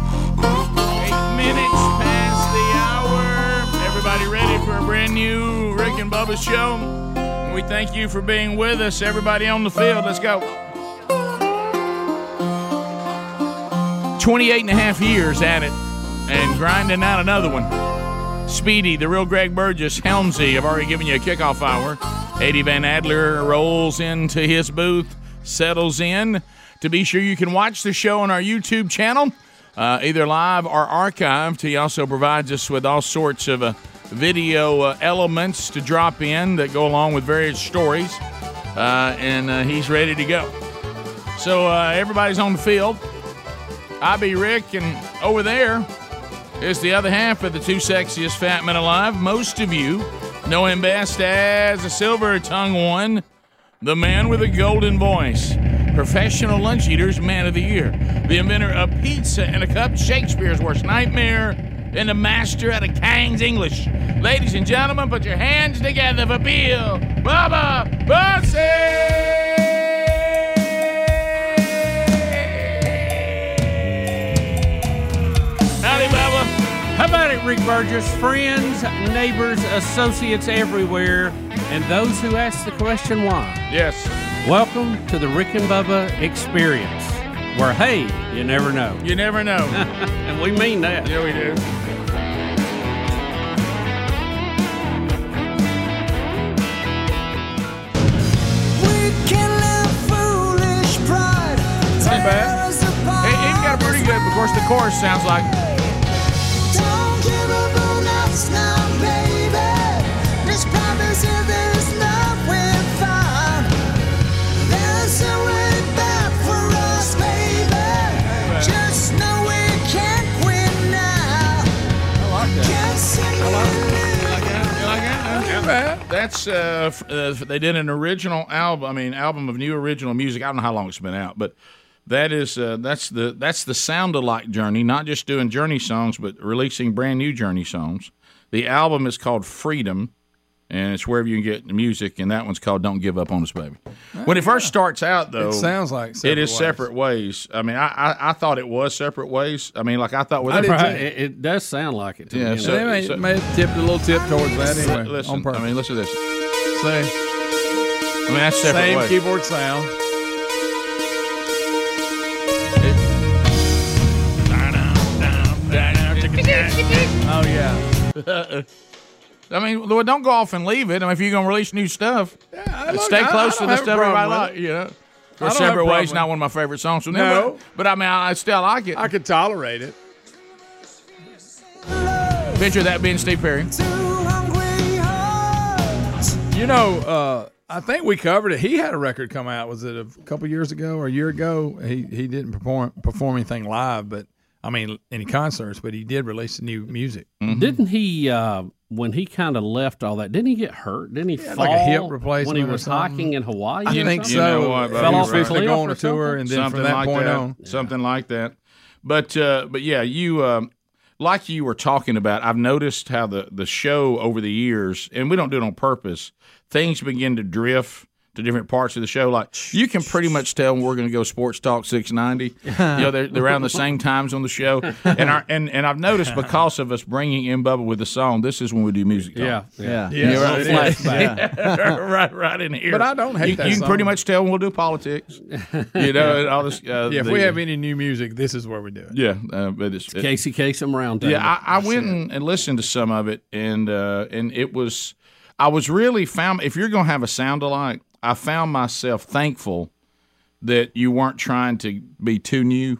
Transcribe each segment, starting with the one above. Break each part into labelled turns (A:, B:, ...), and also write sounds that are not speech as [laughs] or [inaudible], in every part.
A: Eight minutes past the hour. Everybody ready for a brand new Rick and Bubba show? We thank you for being with us. Everybody on the field, let's go. 28 and a half years at it and grinding out another one. Speedy, the real Greg Burgess, Helmsy have already given you a kickoff hour. Eddie Van Adler rolls into his booth, settles in. To be sure, you can watch the show on our YouTube channel, uh, either live or archived. He also provides us with all sorts of uh, video uh, elements to drop in that go along with various stories, uh, and uh, he's ready to go. So uh, everybody's on the field. I be Rick, and over there is the other half of the two sexiest fat men alive. Most of you know him best as a silver tongue one, the man with a golden voice, professional lunch eater's man of the year, the inventor of pizza and a cup, Shakespeare's worst nightmare, and a master at a Kang's English. Ladies and gentlemen, put your hands together for Bill Bubba Bussy!
B: Howdy, Bubba. How about it, Rick Burgess? Friends, neighbors, associates everywhere, and those who ask the question why.
A: Yes.
B: Welcome to the Rick and Bubba experience, where, hey, you never know.
A: You never
B: [laughs]
A: know.
B: and we mean that.
A: Yeah, we do. Ain't bad. It, it got pretty good. Of course, the chorus sounds like That's uh, f- uh, they did an original album. I mean, album of new original music. I don't know how long it's been out, but that is uh, that's the that's the sound alike journey. Not just doing Journey songs, but releasing brand new Journey songs. The album is called Freedom, and it's wherever you can get the music. And that one's called Don't Give Up on Us, Baby. When it first starts out, though,
C: It sounds like
A: it is
C: ways.
A: separate ways. I mean, I, I I thought it was separate ways. I mean, like I thought with
C: I did
B: Right. It, it does sound like it to
A: Yeah,
B: me.
A: so-
C: They may, may have tipped a little tip towards that anyway. on
A: Listen,
C: purpose.
A: I mean, listen to this.
C: Same,
A: I mean, that's separate
C: same
A: ways. Uh,
C: keyboard sound. Oh yeah.
A: [laughs] I mean, well, don't go off and leave it. I mean, if you're gonna release new stuff,
C: I look-
A: stay
C: I-
A: close
C: I
A: to
C: don't
A: the
C: have a
A: stuff everybody
C: problem with
A: likes. You know,
C: I
A: or
C: don't have a
A: separate
C: problem
A: ways. Not one of my favorite songs. from them,
C: No.
A: but, but I mean, I, I still like it.
C: I could tolerate it.
A: Picture that being Steve Perry.
C: You know, uh, I think we covered it. He had a record come out. Was it a couple years ago or a year ago? He he didn't perform perform anything live, but I mean any concerts, but he did release new music.
A: Mm-hmm.
B: Didn't he, uh, when he kind of left all that, didn't he get hurt? Didn't he
C: had,
B: fall
C: like, a hip
B: when
C: replacement
B: he
C: or
B: was
C: something.
B: hiking in Hawaii?
C: I
B: or
C: think
B: something?
A: you know
C: so.
A: what,
C: He
A: Bubba,
C: was
A: you're right.
C: fixing
B: Fell
C: to go
B: off
C: on
B: or
C: a tour,
B: something?
C: and then
A: something
C: from that
A: like
C: point
A: that.
C: on,
A: Something like that. But uh, but yeah, you um, like you were talking about. I've noticed how the the show over the years, and we don't do it on purpose. Things begin to drift to different parts of the show. Like you can pretty much tell when we're going to go sports talk
C: [laughs]
A: six ninety. you know, they're, they're around the same times on the show, and our, and and I've noticed because of us bringing in Bubba with the song, this is when we do music. Talk.
B: Yeah.
D: Yeah.
C: Yeah,
A: You're right.
C: it [laughs] is.
A: right, right in here.
C: But I don't hate
A: you,
C: that
A: You can pretty
C: song.
A: much tell when we'll
C: [laughs]
A: do politics. [laughs] You know, and all this. Uh,
C: Yeah, if
A: the-
C: we have any new music, this is where we do it.
A: yeah, uh, but it's, it-
B: Casey Kasem roundtable.
A: yeah, I, I went and, and listened to some of it, and uh, and it was, I was really found. If you're gonna have a sound alike, I found myself thankful that you weren't trying to be too new,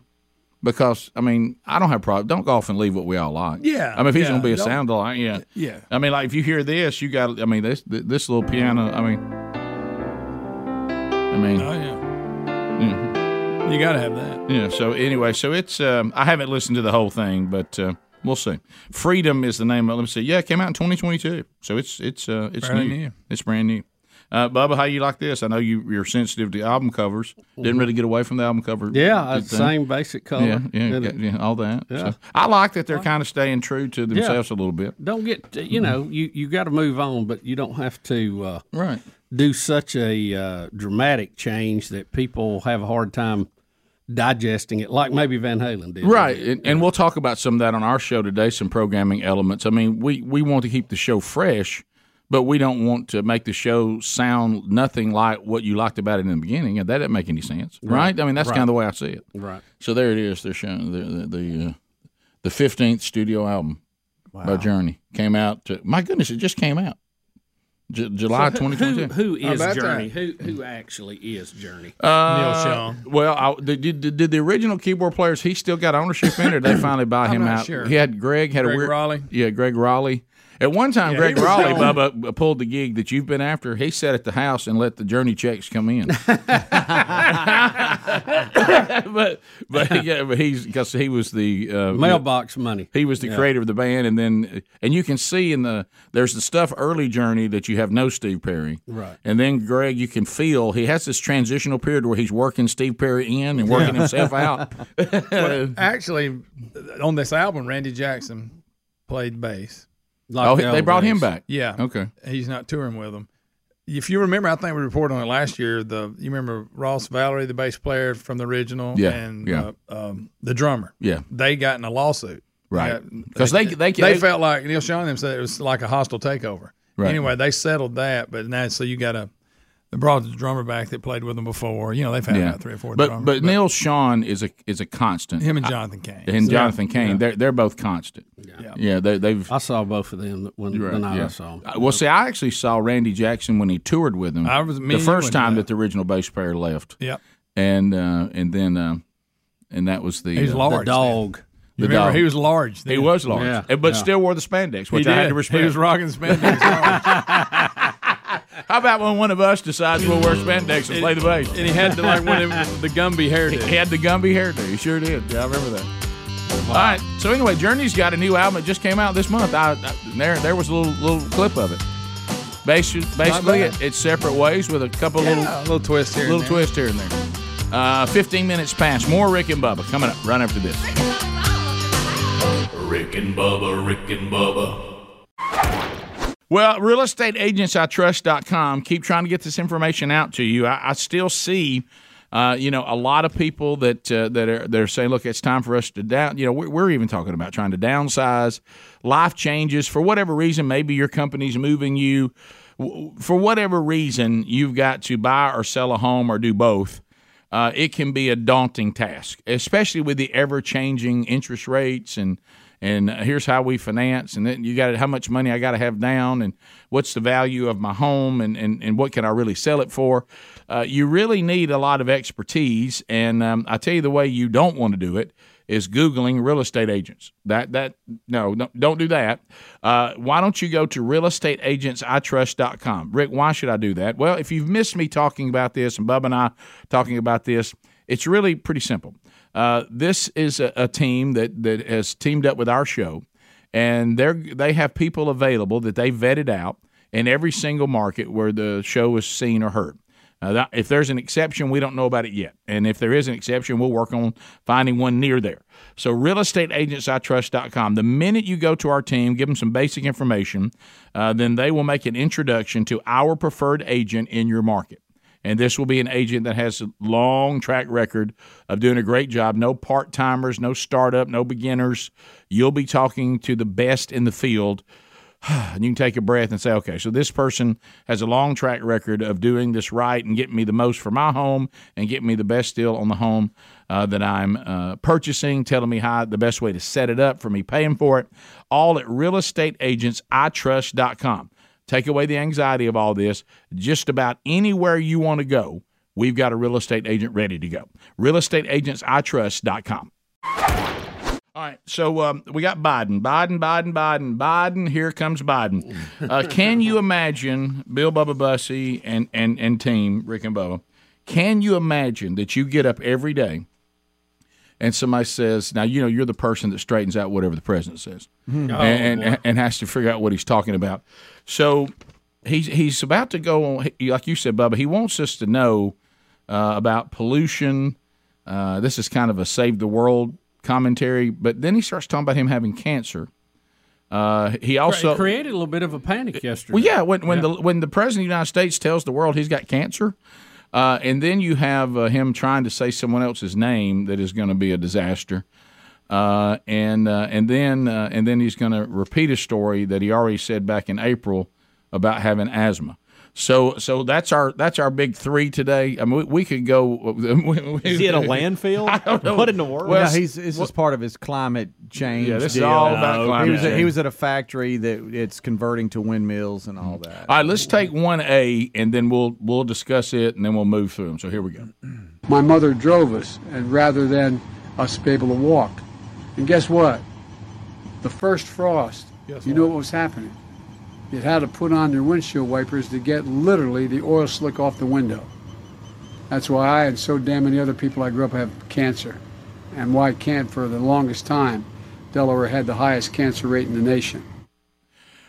A: because I mean, I don't have problem. Don't go off and leave what we all like.
C: Yeah,
A: I mean, if he's
C: yeah,
A: gonna be a
C: don't-
A: sound alike, yeah,
C: Yeah.
A: I mean, like if you hear this, you got. I mean, this this little piano. I mean, I mean,
C: Oh yeah.
A: Mm-hmm.
C: You gotta have that.
A: yeah. So anyway, so it's um, I haven't listened to the whole thing, but uh, we'll see. Freedom is the name of. Let me see. Yeah, it came out in 2022, so it's it's uh, it's
C: Brand
A: new.
C: new.
A: It's brand new. Uh, Bubba, how you like this? I know you you're sensitive to album covers.
C: Mm-hmm.
A: Didn't really get away from the album cover.
C: uh,
D: Yeah,
A: good
D: it's
A: thing.
D: same basic color.
A: Yeah, yeah,
D: And
A: yeah,
D: it-
A: yeah, all that. So, I like that they're kind of staying true to themselves a little bit. Mm-hmm.
D: Don't get uh, you know you you got to move on, but you don't have to uh,
A: Right.
D: do such a uh, dramatic change that people have a hard time digesting it, like maybe Van Halen did.
A: Right, and, and we'll talk about some of that on our show today. Some programming elements. I mean, we we want to keep the show fresh, but we don't want to make the show sound nothing like what you liked about it in the beginning. And that didn't make any sense, right? I mean, that's kind of the way I see it.
D: Right.
A: So there it is. They're showing the the the, uh, the 15th studio album by Journey came out. To, my goodness, it just came out. J- July
D: Who
A: 2022.
D: who is
C: about
D: Journey? Who who actually is Journey?
A: Uh,
C: Neil Sean.
A: Well, I, the- did, did, did the original keyboard players? He still got ownership in,
C: [coughs]
A: or they finally buy him
C: not
A: out?
C: sure.
A: He had Greg had a
C: Greg
A: weird
C: Raleigh?
A: Yeah, Greg Raleigh. At one time,
C: Yeah,
A: Greg
C: he was
A: Raleigh,
C: gone.
A: Bubba, uh, pulled the gig that you've been after. He sat at the house and let the journey checks
C: [laughs]
A: come in. [laughs] but but, he, yeah, but he's because he was the uh,
D: Mailbox money.
A: he was the creator of the band, and then and you can see in the there's the stuff early journey that you have no Steve Perry, right? And then Greg, you can feel he has this transitional period where he's working Steve Perry in and working
C: [laughs]
A: himself [laughs] out.
C: Actually, on this album, Randy Jackson played bass.
D: Like
A: oh,
D: the
A: they
D: old
A: brought him
D: days.
A: back.
C: Yeah.
A: Okay.
C: He's not touring with them. If you remember, I think we reported on it last year. The you remember Ross Valerie, the bass player from the original,
A: Yeah,
C: and
A: yeah.
C: Uh, um, the drummer.
A: Yeah.
C: They got in a lawsuit,
A: Right.
C: Yeah,
A: Because they they
C: they, felt like Neil Sean and them said it was like a hostile takeover.
A: Right.
C: Anyway, they settled that, but now so you got a they brought the drummer back that played with them before. You know, they've had about three or four
A: But
C: drummers.
A: but Neil Sean is a is a constant.
C: him and Jonathan Kane.
A: and Jonathan Kane, they're they're both constant. Yeah. Yeah. They, they've.
D: I saw both of them when the night I saw them.
A: Uh, Well, see, I actually saw Randy Jackson when he toured with him.
C: I was- me
A: the
C: and you
A: first
C: went to
A: time
C: that.
A: that the original bass player left.
C: Yep.
A: and uh, and then uh, and that was the
C: He's
A: uh,
C: large.
D: The dog.
C: You remember
A: dog.
C: he was large. Then.
A: He was large,
D: Yeah.
A: and- but still wore the spandex,
C: He
A: which I had
C: did.
A: to
C: He
A: respect.
C: was rocking
A: [laughs]
C: spandex. large.
A: How about when one of us decides we'll wear spandex and play the bass?
C: and he had the, like one of
A: [laughs]
C: them- the Gumby hairdo.
A: He had the Gumby hair there. He sure did. Yeah, I remember that. All right. So anyway, Journey's got a new album that just came out this month. I, I there there was a little little clip of it. Basically, basically
C: bad.
A: it, it's separate ways with a couple
C: Yeah, a little twist here.
A: little little
C: and there.
A: twist here and there. Uh, Fifteen minutes past. More Rick and Bubba coming up right after this.
E: Rick and Bubba, Rick and Bubba,
A: Well, realestateagentsitrust.com. Keep trying to get this information out to you. I, I still see, uh, you know, a lot of people that uh, that are that are saying, "Look, it's time for us to down." You know, we're, we're even talking about trying to downsize. Life changes for whatever reason. Maybe your company's moving you. W- For whatever reason, you've got to buy or sell a home or do both. Uh, it can be a daunting task, especially with the ever changing interest rates and and uh, here's how we finance and then you got how much money I got to have down and what's the value of my home and, and, and what can I really sell it for. Uh, you really need a lot of expertise, and um, I tell you the way you don't want to do it is googling real estate agents. That that no, no don't do that. Uh, why don't you go to realestateagentsitrust.com? Rick, why should I do that? Well, if you've missed me talking about this and Bub and I talking about this, it's really pretty simple. Uh, this is a, a team that that has teamed up with our show, and they're they have people available that they vetted out in every single market where the show is seen or heard. Uh, that, if there's an exception, we don't know about it yet. And if there is an exception, we'll work on finding one near there. So, realestateagentsitrust.com. The minute you go to our team, give them some basic information, uh, then they will make an introduction to our preferred agent in your market. And this will be an agent that has a long track record of doing a great job. No part timers, no startup, no beginners. You'll be talking to the best in the field. [sighs] And you can take a breath and say, okay, so this person has a long track record of doing this right and getting me the most for my home and getting me the best deal on the home uh, that I'm uh, purchasing, telling me how the best way to set it up for me paying for it. All at realestateagentsitrust.com. Take away the anxiety of all this. Just about anywhere you want to go, we've got a real estate agent ready to go. Realestateagentsitrust.com. All right, so um, we got Biden, Biden, Biden, Biden, Biden. Here comes Biden. Uh, can you imagine Bill Bubba Bussy and, and and team Rick and Bubba? Can you imagine that you get up every day and somebody says, "Now you know you're the person that straightens out whatever the president says," and, and and has to figure out what he's talking about. So he's he's about to go on, he- like you said, Bubba. He wants us to know uh, about pollution. Uh, this is kind of a save the world commentary, but then he starts talking about him having cancer. Uh, he also
D: it created a little bit of a panic yesterday.
A: well, yeah, when when the when the president of the United States tells the world he's got cancer, uh, and then you have uh, him trying to say someone else's name that is going to be a disaster, uh, and uh, and then uh, and then he's going to repeat a story that he already said back in April about having asthma. So so that's our that's our big three today. I mean, we, we could go. [laughs]
F: Is he at a landfill?
A: Oh.
F: What in the world?
G: Well, he's this is part of his climate change.
A: Yeah, this is
G: deal.
A: all about climate
G: He was, at,
A: change.
G: he was at a factory that it's converting to windmills and all that.
A: Mm-hmm. All right, let's take one A, and then we'll we'll discuss it, and then we'll move through them. So here we go.
H: My mother drove us, and rather than us be able to walk, and guess what? The first frost, you know what was happening. You had to put on your windshield wipers to get literally the oil slick off the window. That's why I and so damn many other people I grew up have cancer, and why Kent for the longest time, Delaware had the highest cancer rate in the nation.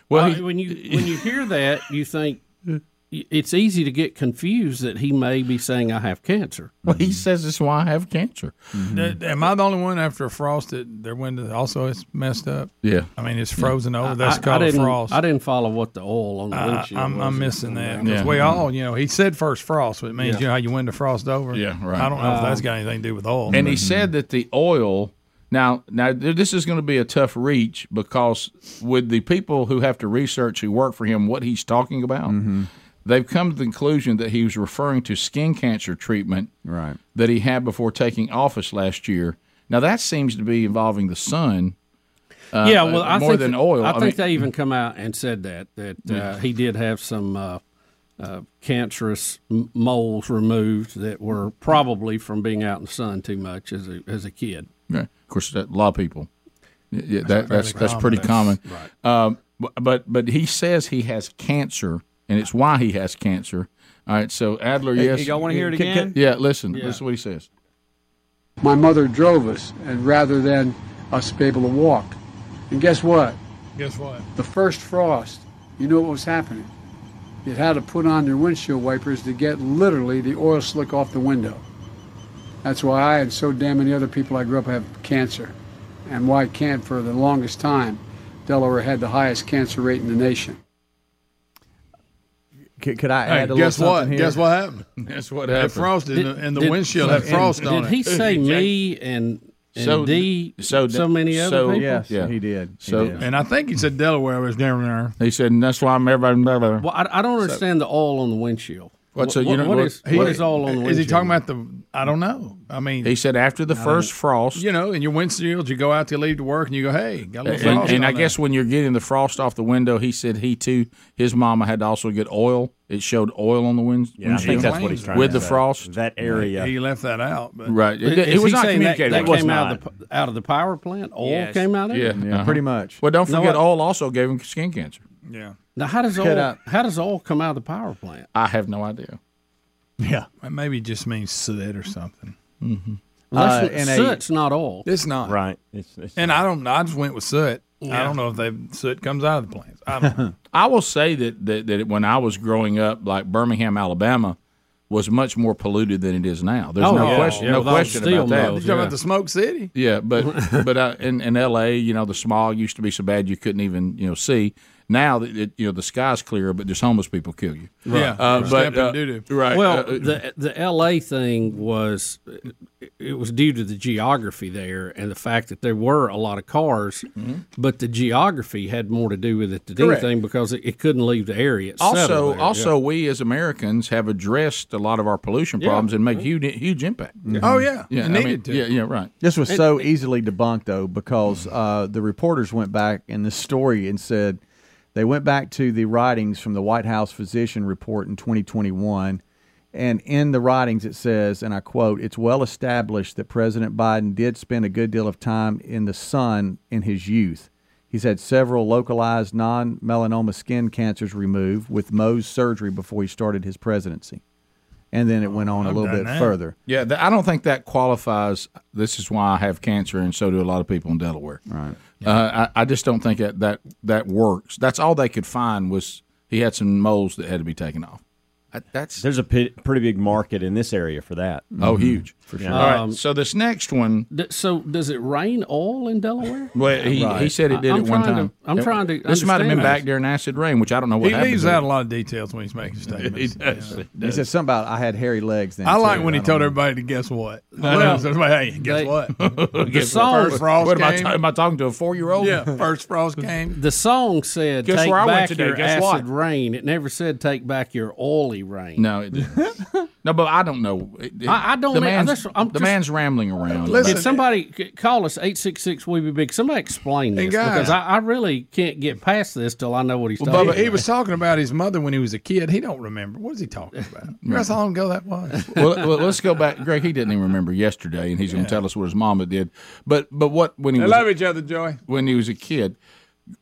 A: Well,
D: Uh,
A: he-
D: when you when you hear that, you
A: [laughs]
D: think y- it's easy to get confused that he may be saying I have cancer.
A: well, he says it's why I have cancer.
D: Mm-hmm.
C: Th- Am I the only one after a frost that their window also is messed up?
A: Yeah.
C: I mean, it's frozen over. That's
D: I, I
C: called a
D: didn't,
C: frost.
D: I didn't follow what the oil on the windshield.
C: I'm,
D: was.
C: I'm missing that. 'Cause
A: Yeah.
C: we all, you know, he said first frost, but it means you know how you window frost over.
A: Yeah, right.
C: I don't know if that's got anything to do with oil. Mm-hmm.
A: And he said that the oil. Now, now th- this is going to be a tough reach because with the people who have to research who work for him, what he's talking about, they've come to the conclusion that he was referring to skin cancer treatment
G: Right.
A: that he had before taking office last year. Now that seems to be involving the sun. uh,
D: yeah, well, I
A: more
D: think
A: than
D: that-
A: oil.
D: Mm-hmm. I,
A: I
D: think
A: mean- mm-hmm.
D: they even come out and said that that uh, he did have some uh, uh, cancerous m- moles removed that were probably from being out in the sun too much as a as a kid.
A: Right. Of course, that, a lot of people. Yeah, Yeah, that, that's that's pretty common. Um, bu- but but he says he has cancer, and it's why he has cancer. All right. So Adler, yes,
F: y'all want to hear it again?
A: yeah. Listen, this is what he says.
H: My mother drove us, and rather than us be able to walk, and guess what?
C: guess what?
H: the first frost, you know what was happening. You had to put on your windshield wipers to get literally the oil slick off the window. That's why I and so damn many other people I grew up have cancer, and why Kent for the longest time, Delaware had the highest cancer rate in the nation.
G: Could, could I
C: Hey,
G: add a
C: guess
G: little
C: what?
G: something here?
C: Guess what
A: [laughs]
C: happened?
A: That's what
C: It
A: happened.
C: frosted, and the, and the
D: Did-
C: windshield had
D: and
C: frost on
D: Did
C: it. [laughs]
D: he say me and,
A: [laughs]
D: and
A: So-
D: D?
A: so-
D: So many other
A: so-
D: people.
G: Yes,
A: Yeah.
G: he did. He
A: So-
G: did.
C: And I think he said Delaware was down there.
A: He said, and that's why I'm everybody. Blah, blah, blah.
D: Well, I, I don't understand the oil on the windshield.
A: What, so you don't-
D: what
A: what-
D: is what is oil on the windshield?
C: Is he talking about the? I don't know. I mean,
A: He said after the first frost,
C: you know, in your windshield, you go out to leave to work, and you go, "Hey, got a little
A: and,
C: frost."
A: and
C: on
A: I
C: there."
A: guess when you're getting the frost off the window, he said he too. His mama had to also get oil. It showed oil on the wind,
F: Yeah, I think that's what he's trying
A: with
F: to
A: the
F: say.
A: frost.
F: That area.
C: he left that out. But
A: Right. It, it
D: Is
A: was
D: he
A: not
D: saying that-
A: communicated.
D: That,
A: with.
D: came
F: was
D: out of the p- out of the power plant. Oil
F: Yes.
D: came out of it.
A: yeah. uh-huh.
G: Pretty much.
A: Well, don't
D: No,
A: forget,
D: I-
A: oil also gave him skin cancer.
C: yeah,
D: Now, how does
G: Cut
D: oil
G: up.
D: how does oil come out of the power plant?
A: I have no idea.
G: Yeah.
C: Well, maybe it just means soot or something.
G: Uh,
D: Unless
G: in a-
D: soot's not oil.
C: It's not
F: Right. It's, it's,
C: And I don't. know. I just went with soot. I don't know if they soot comes out of the plants. I don't.
A: [laughs]
C: know.
A: I will say that, that that when I was growing up, like Birmingham, Alabama, was much more polluted than it is now. There's
D: Oh,
A: no
D: yeah.
A: question,
D: Yeah,
A: no
D: without
A: question
D: steel
A: about that.
C: You
D: mills.
C: talking about the smoke city?
D: [laughs]
A: Yeah, but but uh, in in L.A., you know, the smog used to be so bad you couldn't even you know see. Now that it, you know the sky's clear, but there's homeless people kill you. uh, but uh, right.
D: Well,
A: uh,
D: the the L.A. thing was it was due to the geography there and the fact that there were a lot of cars,
C: Mm-hmm.
D: but the geography had more to do with it than
A: Correct.
D: anything because it, it couldn't leave the area. It
A: also,
D: settled there,
A: also,
D: yeah.
A: we as Americans have addressed a lot of our pollution
D: Yeah.
A: problems and make huge, huge impact.
C: Oh, yeah.
A: Mm-hmm. yeah,
C: It
A: I mean,
C: needed to.
A: yeah, yeah, right.
G: Mm-hmm.
A: Mm-hmm.
G: This was so easily debunked, though, because uh, the reporters went back in this story and said they went back to the writings from the White House physician report in 2021. And in the writings, it says, and I quote, it's well established that President Biden did spend a good deal of time in the sun in his youth. He's had several localized non melanoma skin cancers removed with Mohs surgery before he started his presidency. And then it went on a little bit further.
A: Yeah, th- I don't think that qualifies. This is why I have cancer, and so do a lot of people in Delaware. Right. Uh, I, I just don't think that, that that works. That's all they could find was he had some moles that had to be taken off. I, that's
F: There's a pi- pretty big market in this area for that. Mm-hmm.
A: oh huge for
F: sure.
A: All right.
D: Um,
A: So this next one,
D: Th- so does it rain oil in Delaware?
A: well, he, he said it did
D: I- I'm
A: at one
D: trying to-
A: time.
D: I'm
A: It-
D: trying to
A: This might have been
D: understand
A: back
D: this.
A: during acid rain, which I don't know what
C: He
A: happened
C: leaves
A: to
C: out
A: it.
C: a lot of details when he's making statements.
A: [laughs] He does. He
G: He
A: does.
G: said something about I had hairy legs then.
C: I like
G: too.
C: when he
G: don't
C: told
G: know.
C: everybody to guess what.
D: Well,
C: I know, somebody, hey, guess
D: they-
C: what?
D: [laughs] The song,
C: First frost
A: what am I,
C: came.
A: ta- am I talking to a four year old? [laughs]
C: yeah, first frost came.
D: the song said,
A: Guess
D: "Take
A: where I went
D: back
A: today?
D: your
A: Guess
D: acid
A: what?"
D: rain." It never said, "Take back your oily rain."
A: No, it
D: [laughs]
A: didn't. no, but I don't know. It- it-
D: I- I don't
A: The
D: know.
A: man's,
D: That's- I'm
A: the
D: just-
A: man's rambling around.
C: Listen,
D: Did somebody c- call us eight six six we be big? Somebody explain this
C: guys-
D: because I, I really can't get past this till I know what he's talking
C: Bubba,
D: about.
C: he was talking about his mother when he was a kid. He don't remember. What is he talking
A: [laughs]
C: about? That's how long ago that was.
A: well, well, let's go back. Greg, he didn't even remember yesterday, and he's going to tell us what his mama did. But but what when he was
C: each other, Joy.
A: when he was a kid,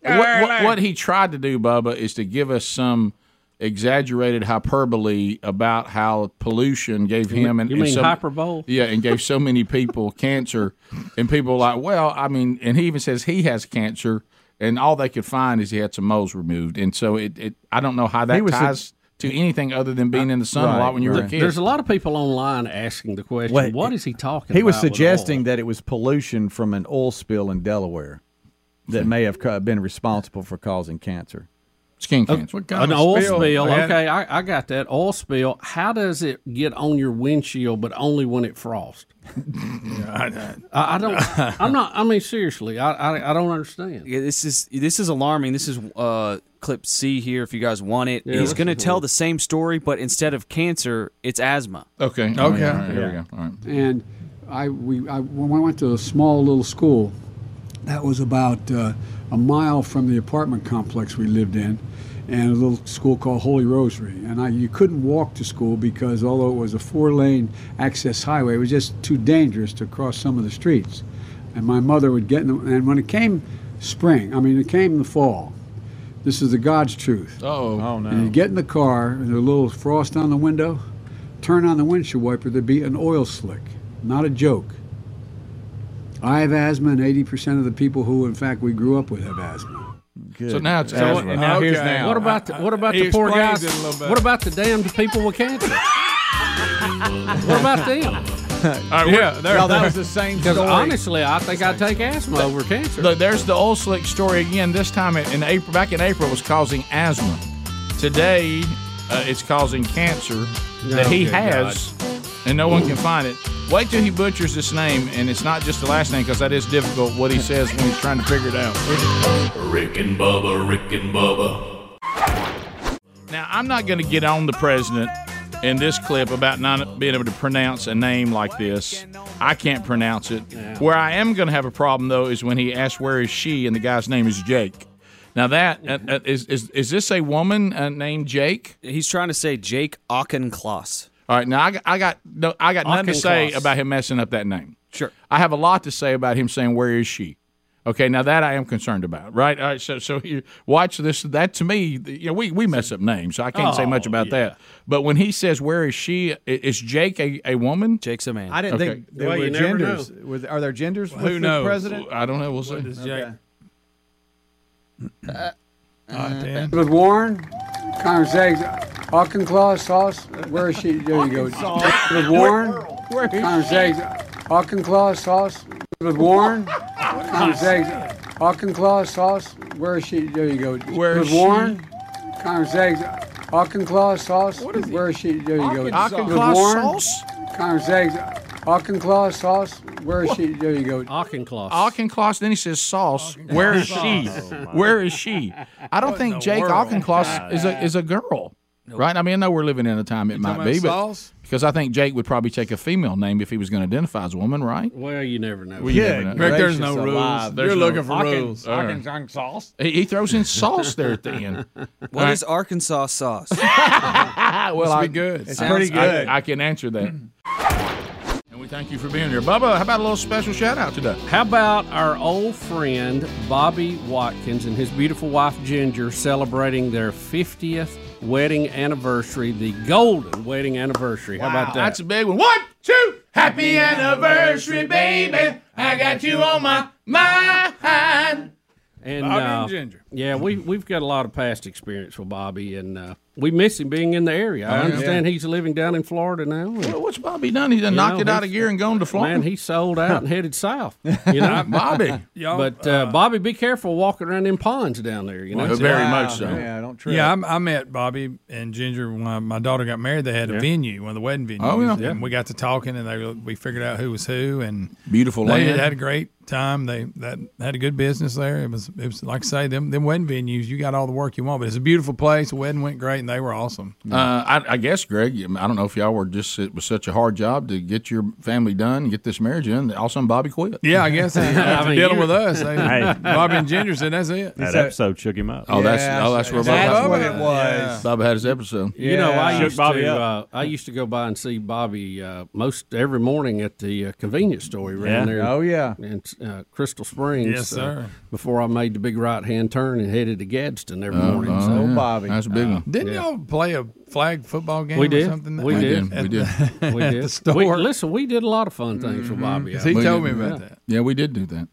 C: I
A: what, what,
C: like-
A: what he tried to do, Bubba, is to give us some exaggerated hyperbole about how pollution gave him and
D: you
A: and
D: mean
A: some-
D: hyperbole?
A: Yeah, and gave so many
D: [laughs]
A: people cancer, and people were like, well, I mean, and he even says he has cancer, and all they could find is he had some moles removed, and so it, it I don't know how that
G: He was a-
A: ties to anything other than being in the sun a lot when you were a kid.
D: There's a lot of people online asking the question,
G: Wait,
D: "What is he talking?"
G: He was
D: about with
G: suggesting
D: oil?
G: that it was pollution from an oil spill in Delaware that may have ca- been responsible for causing cancer.
A: Skin cancer.
C: What kind
D: an
C: of
D: oil
C: spill?
D: spill.
C: man?
D: Okay, I, I got that oil spill. How does it get on your windshield, but only when it
A: [laughs]
D: frosts? I, I don't. I'm not. I mean, seriously, I I, I don't understand.
I: Yeah, this is this is alarming. This is uh, clip C here. If you guys want it,
D: Yeah,
I: he's
D: this
I: going to
D: is
I: tell the same story, but instead of cancer, it's asthma.
A: Okay. Okay.
C: Okay.
A: Here we go. All right.
H: And I, we, I, when I went to a small little school that was about uh, a mile from the apartment complex we lived in, and a little school called Holy Rosary. And I, you couldn't walk to school because although it was a four lane access highway, it was just too dangerous to cross some of the streets. And my mother would get in the, and when it came spring, I mean, it came the fall. This is the God's truth.
G: Oh
H: And you
G: no!
H: get in the car, and there's a little frost on the window, turn on the windshield wiper, there'd be an oil slick. Not a joke. I have asthma, and 80% of the people who, in fact, we grew up with have asthma.
G: Good.
A: So now it's
G: That's
A: asthma.
G: right.
A: Now here's
C: Okay.
A: now.
D: What about the, what about
C: He
D: the poor
C: explains
D: guys?
C: it a little better.
D: What about the damned people with
C: [laughs]
D: cancer? what about them?
A: All right, yeah, there,
D: [laughs]
G: Y'all, that was the same
D: Because
G: story.
D: honestly, I think I'd take asthma over cancer.
A: Look, there's the old slick story again. This time in, in April, back in April, it was causing asthma. Today, uh, it's causing cancer that
D: Oh,
A: he
D: good
A: has, and no one can find it. Wait till he butchers this name, and it's not just the last name because that is difficult. What he says when he's trying to figure it out.
E: Rick and Bubba, Rick and Bubba,
A: Now, I'm not going to get on the president in this clip about not being able to pronounce a name like this. I can't pronounce it. Where I am going to have a problem, though, is when he asks, Where is she? and the guy's name is Jake. Now, that uh, uh, is, is, is this a woman uh, named Jake?
I: He's trying to say Jake Auchincloss.
A: All right, now I, got- I got no, I got nothing to say
D: Auchincloss.
A: about him messing up that name.
I: Sure.
A: I have a lot to say about him saying, "Where is she?" Okay, now that I am concerned about, right? All right, so so you watch this. That to me, the- you know, we, we mess up names, so I can't say much about that. But when he says, "Where is she?" i- Is Jake a, a woman?
I: Jake's a man.
G: I didn't
A: Okay.
G: think there
D: Well,
G: were
D: you never
G: genders. Was- are there genders? with the
C: knows?
G: President?
A: I don't know. We'll see.
I: Uh,
D: Uh,
H: Elizabeth Warren, Congress eggs, Auchincloss sauce. Where is she? There you go. Elizabeth Warren, Congress eggs, Auchincloss sauce. Elizabeth Warren, Congress eggs, Auchincloss sauce. Where is she? There you go.
C: Where is
H: Good Warren? Congress eggs. Auchinclaw sauce. What is Where is she? There you go.
C: Arkansas.
H: Good
C: Arkansas
H: Warren?
C: sauce?
H: Congress eggs. Auchinclaw sauce. Where is she? There you go.
D: Auchincloss.
A: Auchincloss. Then he says sauce. Where is she? Where is she? I don't think Jake Auchincloss is a is a girl, right? I mean, I know we're living in a time it might
C: talking
A: be,
C: about
A: but
C: sauce?
A: because I think Jake would probably take a female name if he was going to identify as a woman, right?
D: Well, you never know.
A: Well, you never know.
C: Rick, there's no
G: Gracious
C: rules.
G: alive.
C: You're
A: There's no-
C: looking for rules.
A: All right.
C: sauce.
A: He, he throws in sauce there at the end.
I: What is Arkansas sauce?
A: Ah, well, I,
C: be good. It's
I: Sounds
C: pretty good.
A: I, I can answer that. and [clears throat] we thank you for being here, Bubba. How about a little special shout out today?
D: How about our old friend Bobby Watkins and his beautiful wife Ginger celebrating their 50th wedding anniversary, the golden wedding anniversary? How about that?
A: That's a big one. One, two. Happy anniversary, baby. I got you on my mind.
D: and,
C: Bobby
D: uh,
C: and Ginger.
D: Yeah, we we've got a lot of past experience with Bobby, and uh, we miss him being in the area. I understand he's living down in Florida now. and,
A: Oh, Well, what's Bobby done? He's done knocked
D: know,
A: it out of
D: he's-
A: gear and gone to Florida.
D: man, he sold out and headed south.
A: [laughs]
D: You know,
A: Bobby.
C: Y'all,
D: but uh, Bobby, be careful walking around in ponds down there. You know,
A: Very much so.
G: Yeah, I don't trip.
C: Yeah, I, I met Bobby and Ginger when my, my daughter got married. They had a venue, one of the wedding venues.
A: Oh, yeah.
C: and we got to talking, and they we figured out who was who, and
A: Beautiful
C: they
A: land.
C: had a great time. They that had a good business there. It was it was like I say, them them wedding venues. You got all the work you want, but it's a beautiful place. The wedding went great, and they were awesome.
A: Uh, I, I guess, Greg, I don't know if y'all were just, it was such a hard job to get your family done, get this marriage in. All of a sudden, Bobby quit.
C: Yeah, I
A: [laughs]
F: [laughs]
C: guess they, after
D: mean,
C: dealing
D: you-
C: with us, they,
F: Hey.
C: Bobby and Ginger said that's it.
F: That episode shook him up.
A: Oh, that's oh, that's where
G: That's
A: Bubba,
G: what it was.
C: Yeah.
A: Bubba had his episode.
D: You know, I
F: Shook
D: used
F: Bobby
D: to uh,
F: up.
D: I used to go by and see Bobby uh, most every morning at the uh, convenience store around
F: Yeah.
D: there.
G: Oh yeah.
D: In uh, Crystal Springs,
C: Yes, sir.
D: Uh, before I made the big right hand turn and headed to Gadsden every morning. so
G: Oh, Bobby.
A: That's a big one.
C: Didn't y'all play a flag football game
D: we
C: or
D: did,
C: something?
D: we did,
C: [laughs]
A: We did.
D: we did.
C: the store.
D: We, listen, we did a lot of fun things
A: Mm-hmm.
D: for Bobby.
C: He
A: We
C: told me
A: did.
C: about that.
A: Yeah, we did do that.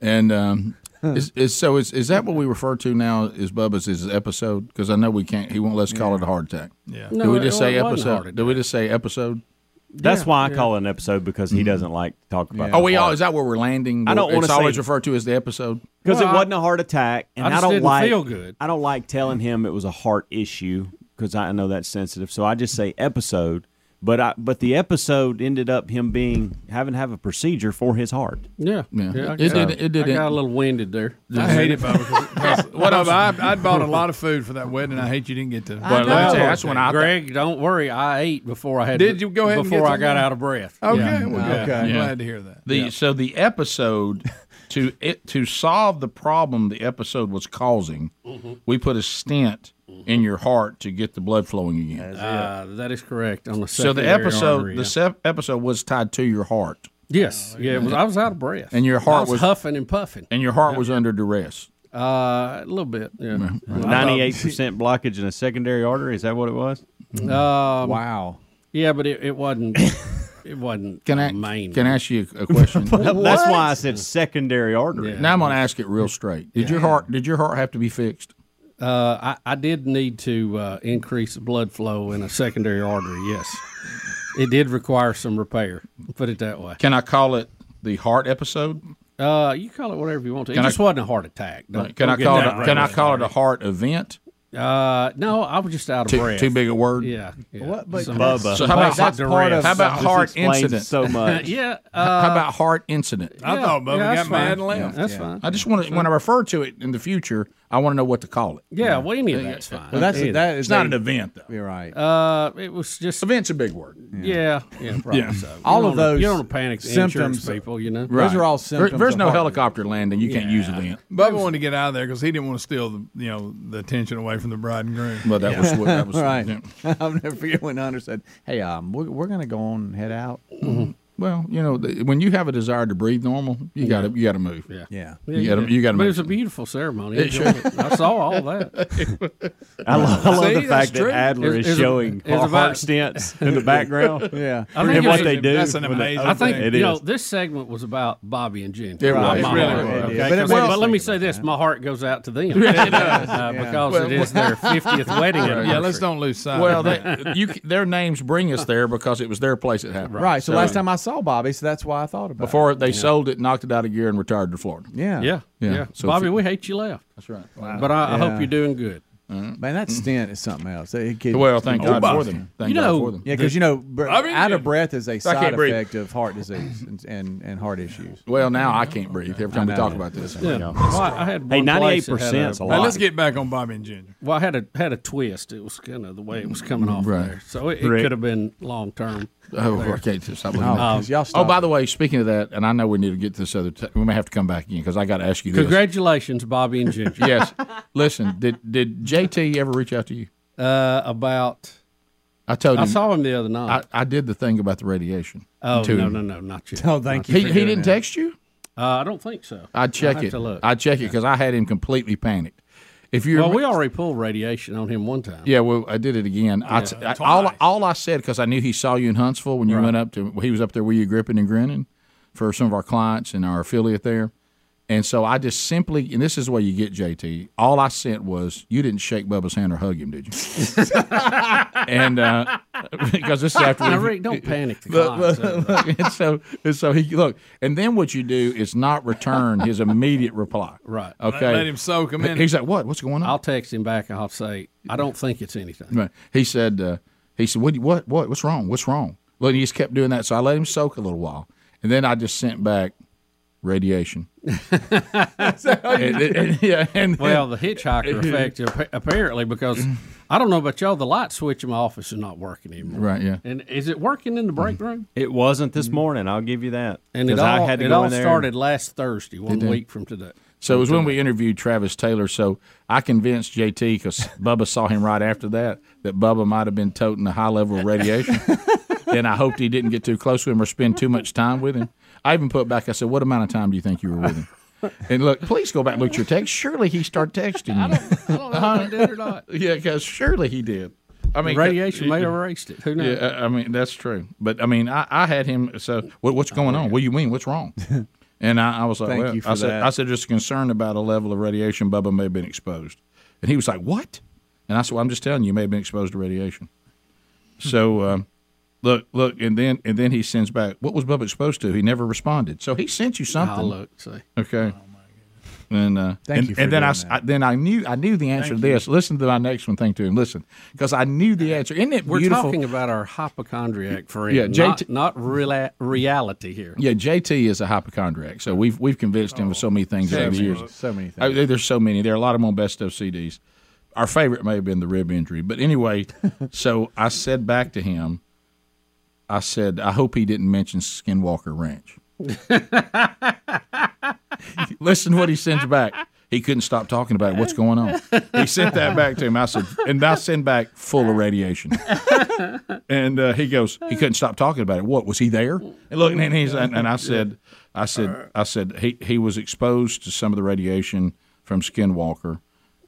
A: And um, is, is, so is is that what we refer to now as Bubba's his episode? Because I know we can't. He won't let us call it a heart attack.
C: Yeah.
A: Do we
D: it-
A: just
D: well,
A: say
D: it wasn't
A: episode?
D: hard.
A: Do we just say episode? Mm-hmm.
F: That's why I call it an episode because he doesn't like to talk about.
A: Oh, we all
F: always
A: is that where we're landing?
F: I don't
A: It's
F: wanna
A: always
F: say-
A: referred to as the episode.
F: because it wasn't a heart attack, and
D: I
F: I,
D: just
F: don't
D: didn't
F: like
D: feel good.
F: I don't like telling him it was a heart issue because I know that's sensitive. So I just say episode, but I but the episode ended up him being having to have a procedure for his heart.
D: Yeah,
A: Yeah.
D: I
A: It
D: guess
A: did-
D: I-
A: it did
D: I got
A: it.
D: a little winded there.
C: I hate it, Bobby. [laughs]
D: [laughs]
C: 'cause- 'cause What up? I, I bought a lot of food for that wedding. I hate you didn't get to.
A: But let me tell you, that's when I.
D: Greg, don't worry. I ate before I had.
C: Did you go ahead and
D: before
C: get
D: I got
C: some?
D: out of breath?
C: okay,
D: Yeah.
C: well, good.
G: Okay.
C: I'm
A: Yeah.
C: glad to hear that.
A: The so the episode
D: [laughs]
A: to it to solve the problem the episode was causing, we put a stent in your heart to get the blood flowing again.
D: Uh, that is correct. On the
A: so the
D: secondary
A: episode
D: artery,
A: the
D: yeah.
A: sep- episode was tied to your heart,
D: yes,
A: Oh,
D: yeah, it was, I was out of breath,
A: And your
D: I
A: heart
D: was,
A: was-
D: huffing and puffing.
A: and your heart was under duress.
D: Uh, a little bit, yeah.
F: Ninety eight percent blockage in a secondary artery. Is that what it was?
D: Um,
G: Wow.
D: yeah, but it, it wasn't. It wasn't.
A: Can I
D: uh, main.
A: can I ask you a question?
F: That's why I said secondary artery.
A: now I'm going to ask it real straight. Did your heart did your heart have to be fixed?
D: Uh, I, I did need to uh, increase the blood flow in a secondary artery. Yes, it did require some repair. Put it that way.
A: Can I call it the heart episode?
D: Uh, you call it whatever you want to. It
A: Can I-
D: just wasn't a heart attack. Don't-
A: Can I
D: don't get
A: call it
D: that
A: can I call it a heart event?
D: wrong. Uh, no, I was just out of
A: Too,
D: breath.
A: too big a word.
D: Yeah. yeah.
G: What? But
F: Bubba.
A: So how about
G: that's
A: how
G: part of
A: about
F: This
A: heart
F: explains
A: incident?
F: so much.
D: [laughs] Yeah.
A: [laughs]
D: Uh,
A: how about heart incident?
C: I thought Bubba got
D: yeah, that's
C: mad
D: fine.
C: and left.
D: that's fine.
A: I just want to when I refer to it in the future, I want to know what to call it.
D: Yeah. Well, any of that's fine.
G: Well, that's that is
A: It's not an
G: they-
A: event though. [laughs]
G: You're right.
D: uh, it was just.
A: Event's a big word.
D: Yeah. Yeah. Probably so. You
G: All of
D: don't-
G: those
D: You don't panic the insurance
G: symptoms-
D: people. You know.
G: Those are all
A: There-
G: symptoms.
A: there's
G: of
A: no
G: heart-
A: helicopter landing. You can't use event.
C: Bubba wanted to get out of there because he didn't want to steal the you know the attention away from the bride and groom.
A: Well, that was what that was.
G: Right.
A: yeah.
G: I'll never forget when Hunter said, "Hey, um, we're, we're gonna go on and head out."
A: Well, you know, the, when you have a desire to breathe normal, you got to you got to move.
D: Yeah.
G: Yeah.
A: You got to you got to
D: But it was a
A: move.
D: beautiful ceremony. Enjoyed It I
A: [laughs]
D: saw all that.
F: I love, I love
C: See,
F: the
C: that's
F: fact
C: true.
F: that Adler
D: It's-
F: is
D: it's a-
F: showing
D: it's
F: heart
D: about-
F: stents in the
D: [laughs]
F: background.
G: Yeah.
D: I
F: And
D: think
F: what
D: it
F: they
D: was-
F: do.
C: That's an
F: when they
C: amazing
D: I
F: open
D: think
C: thing.
F: it
D: you know
F: is.
D: this segment was about Bobby and Ginger.
A: It was.
D: Not
A: It
D: my
A: really
D: heart.
A: was.
D: Okay?
G: But it
D: 'Cause-
G: made
D: well,
G: us
D: let me
G: think
D: say
G: about
D: this:
G: that.
D: my heart goes out
A: [laughs]
D: to them [laughs] uh, because it is
C: [laughs]
D: their fiftieth wedding.
C: Yeah,
D: anniversary.
C: let's don't lose sight.
A: Well, they, you, c- their names bring us there because it was their place that happened.
G: Right. So, last time I saw Bobby, so that's why I thought about
A: Before
G: it.
A: they sold it, knocked it out of gear, and retired to Florida.
G: Yeah.
D: Yeah. Yeah.
A: So if
D: Bobby,
A: you-
D: we hate you left.
G: That's right.
D: But I, I hope
G: Yeah.
D: you're doing good.
G: Man, that stint is something else. It could-
A: Mm-hmm. Well, thank
G: Oh,
A: God for
G: Bobby.
A: them. Thank
D: You
A: God
D: know,
A: for them.
G: Yeah, because you know, br-
A: I mean,
G: out of
A: yeah.
G: breath is a
A: I
G: side
A: can't breathe.
G: effect of heart disease and, and, and heart issues.
A: Well, now I can't breathe every time we
G: I know.
A: talk about this.
D: Yeah. Well, I, I had
F: Hey,
D: one place that
F: 98%
D: had
F: is a
C: Now,
F: lot.
C: let's get back on Bobby and Junior.
D: Well, I had a had a twist. It was kind of the way it was coming off
A: Right.
D: there, so it, it could have been long term.
A: Oh, I can't do something.
G: Oh, 'cause y'all
A: Oh,
G: stopped
A: by the way, speaking of that, and I know we need to get to this other. T- we may have to come back again because I got to ask you this.
D: Congratulations, Bobby and Ginger.
A: yes. Listen, did did JT ever reach out to you?
D: uh, about
A: I told him.
D: I saw him the other
A: I,
D: night.
A: I did the thing about the radiation.
D: oh
A: to
D: no
A: him.
D: no no not yet.
G: Oh, thank you.
A: He,
G: for
A: he
G: doing
A: didn't
G: that.
A: text you.
D: Uh, I don't think so.
A: I'd check
D: have
A: it.
D: to look.
A: I'd check it because I had him completely panicked. If you
D: well,
A: remem-
D: we already pulled radiation on him one time.
A: yeah, well, I did it again. I t- I- all all I said because I knew he saw you in Huntsville when you went up to he was up there with you gripping and grinning for some of our clients and our affiliate there, and so I just simply and this is where you get JT. All I sent was you didn't shake Bubba's hand or hug him, did you?
D: [laughs]
A: and uh, [laughs] because this is after
D: Now,
A: we've-
D: Rick, don't panic. The
A: Look,
D: clients,
A: look,
D: uh,
A: look, and so and so he look, and then what you do is not return his immediate
C: [laughs]
A: reply.
D: Right.
A: Okay.
C: Let him soak him in.
A: He's like, what? What's going on?
D: I'll text him back and I'll say I don't think it's anything.
A: Right. He said, uh, he said, what, what, what, what's wrong? What's wrong? Well, he just kept doing that. So I let him soak a little while, and then I just sent back radiation.
D: [laughs]
A: And- and- and- yeah, and
D: Well,
A: [laughs]
D: the hitchhiker effect ap- apparently because I don't know about y'all, the light switch in my office is not working anymore.
A: right, Mm-hmm. yeah.
D: And is it working in the break room?
F: It wasn't this morning. I'll give you that.
D: And it
F: 'Cause I
D: all,
F: had to
D: it
F: go
D: all
F: in there and-
J: [laughs]
D: started last Thursday, one week from today.
A: So it was when we interviewed Travis Taylor. So I convinced JT because Bubba saw him right after that that Bubba might have been toting a high level of
D: [laughs]
A: radiation, and I hoped he didn't get too close to him or spend too much time with him. I even put back. I said, "What amount of time do you think you were with him?" And look, please go back and look at your text. Surely he started texting you.
D: I don't know if I did or not.
A: [laughs] yeah, because surely he did. I mean,
D: Radiation may have erased it. Who knows?
A: Yeah, I- I mean that's true. But I mean, I, I had him. So what, what's going on? What do you mean? What's
G: [laughs]
A: wrong? And I, I was like,
G: Oh, Thank
A: well,
G: you for
A: I said,
C: [laughs]
G: that.
A: I said, just concerned about a level of radiation Bubba may have been exposed. And he was like, what? And I said, well, I'm just telling you, you may have been exposed to radiation.
G: [laughs]
A: So um, look, look, and then and then he sends back, what was Bubba exposed to? He never responded. So he sent you something.
D: I'll ah, look. See.
A: Okay. And uh,
G: Oh, Thank
A: and,
G: you for
A: and then I,
G: doing
A: s-
G: that.
A: I- then I knew I knew the answer to this. Listen to my next one thing to him. Listen, because I knew the answer. Isn't it
D: We're
A: beautiful?
D: talking about our hypochondriac friend,
A: Yeah, JT
D: not, not rela- reality here.
A: Yeah, JT is a hypochondriac, so we've we've convinced
G: Oh,
A: him of so many things over the years.
G: So many
A: I-
G: things.
A: there- there's so many. There are a lot of them on best of CDs. Our favorite may have been the rib injury, but
G: [laughs]
A: anyway. so I said back to him, I said, I hope he didn't mention Skinwalker
G: [laughs]
A: Ranch. Listen to what he sends back. He couldn't stop talking about it. What's going on? He sent that back to him. I said, and I send back full of
G: [laughs]
A: radiation. And uh, he goes, he couldn't stop talking about it. What was he there? And look, and he's and, and I said, I said, I said he he was exposed to some of the radiation from Skinwalker,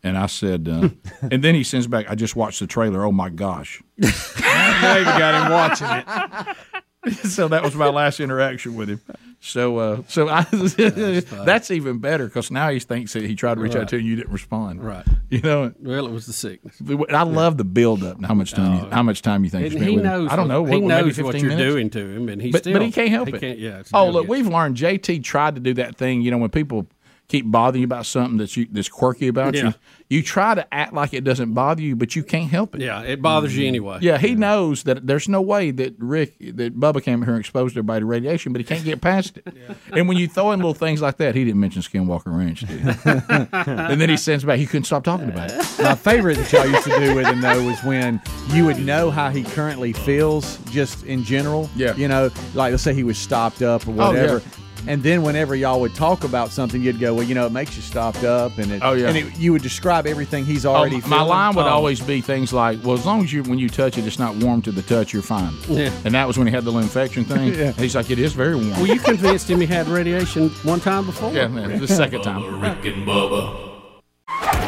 A: and I said, uh,
D: [laughs]
A: and then he sends back, I just watched the trailer. Oh my gosh! [laughs]
C: Maybe got him watching [laughs] it.
A: so that was my last interaction with him. So uh, so
D: [laughs]
A: I that's even better because now he thinks that he tried to reach out to you and you didn't respond.
D: Right.
A: You know.
D: Well, it was the sickness.
A: I love the buildup and how much time you, how much time you think you
D: Oh, And
A: spent
D: he
A: with him.
D: knows.
A: I don't know.
D: He
A: what, maybe
D: knows
A: 15
D: what you're
A: minutes?
D: doing to him, and he
A: but,
D: still.
A: but he can't help it.
D: can't- yeah. it's
A: oh,
D: no
A: look,
D: good.
A: we've learned JT tried to do that thing. You know, when people keep bothering you about something that's you that's quirky about
D: Yeah.
A: you, you try to act like it doesn't bother you, but you can't help it.
D: Yeah, it bothers you anyway.
A: Mm. Yeah, he knows that there's no way that Rick, that Bubba came here and exposed everybody to radiation, but he can't get past it. And when you throw in little things like that, he didn't mention Skinwalker Ranch, did he? [laughs] and then he sends back, he couldn't stop talking about it.
G: My favorite that y'all used to do with him though was when you would know how he currently feels, just in general.
A: Yeah. Oh,
G: You know, like let's say he was stopped up or
A: yeah.
G: whatever. And then whenever y'all would talk about something, you'd go, well, you know, it makes you stopped up, and it,
A: Oh, yeah.
G: and it, you would describe everything he's already.
A: Oh, my
G: feeling.
A: line would
G: Oh.
A: always be things like, "Well, as long as you when you touch it, it's not warm to the touch, you're fine."
D: Yeah.
A: And that was when he had the little infection [laughs] thing.
G: Yeah.
A: He's like, "It is very warm."
D: Well, you convinced him he had radiation one time before.
A: [laughs] yeah, man, the second time.
E: Bubba, Rick and Bubba.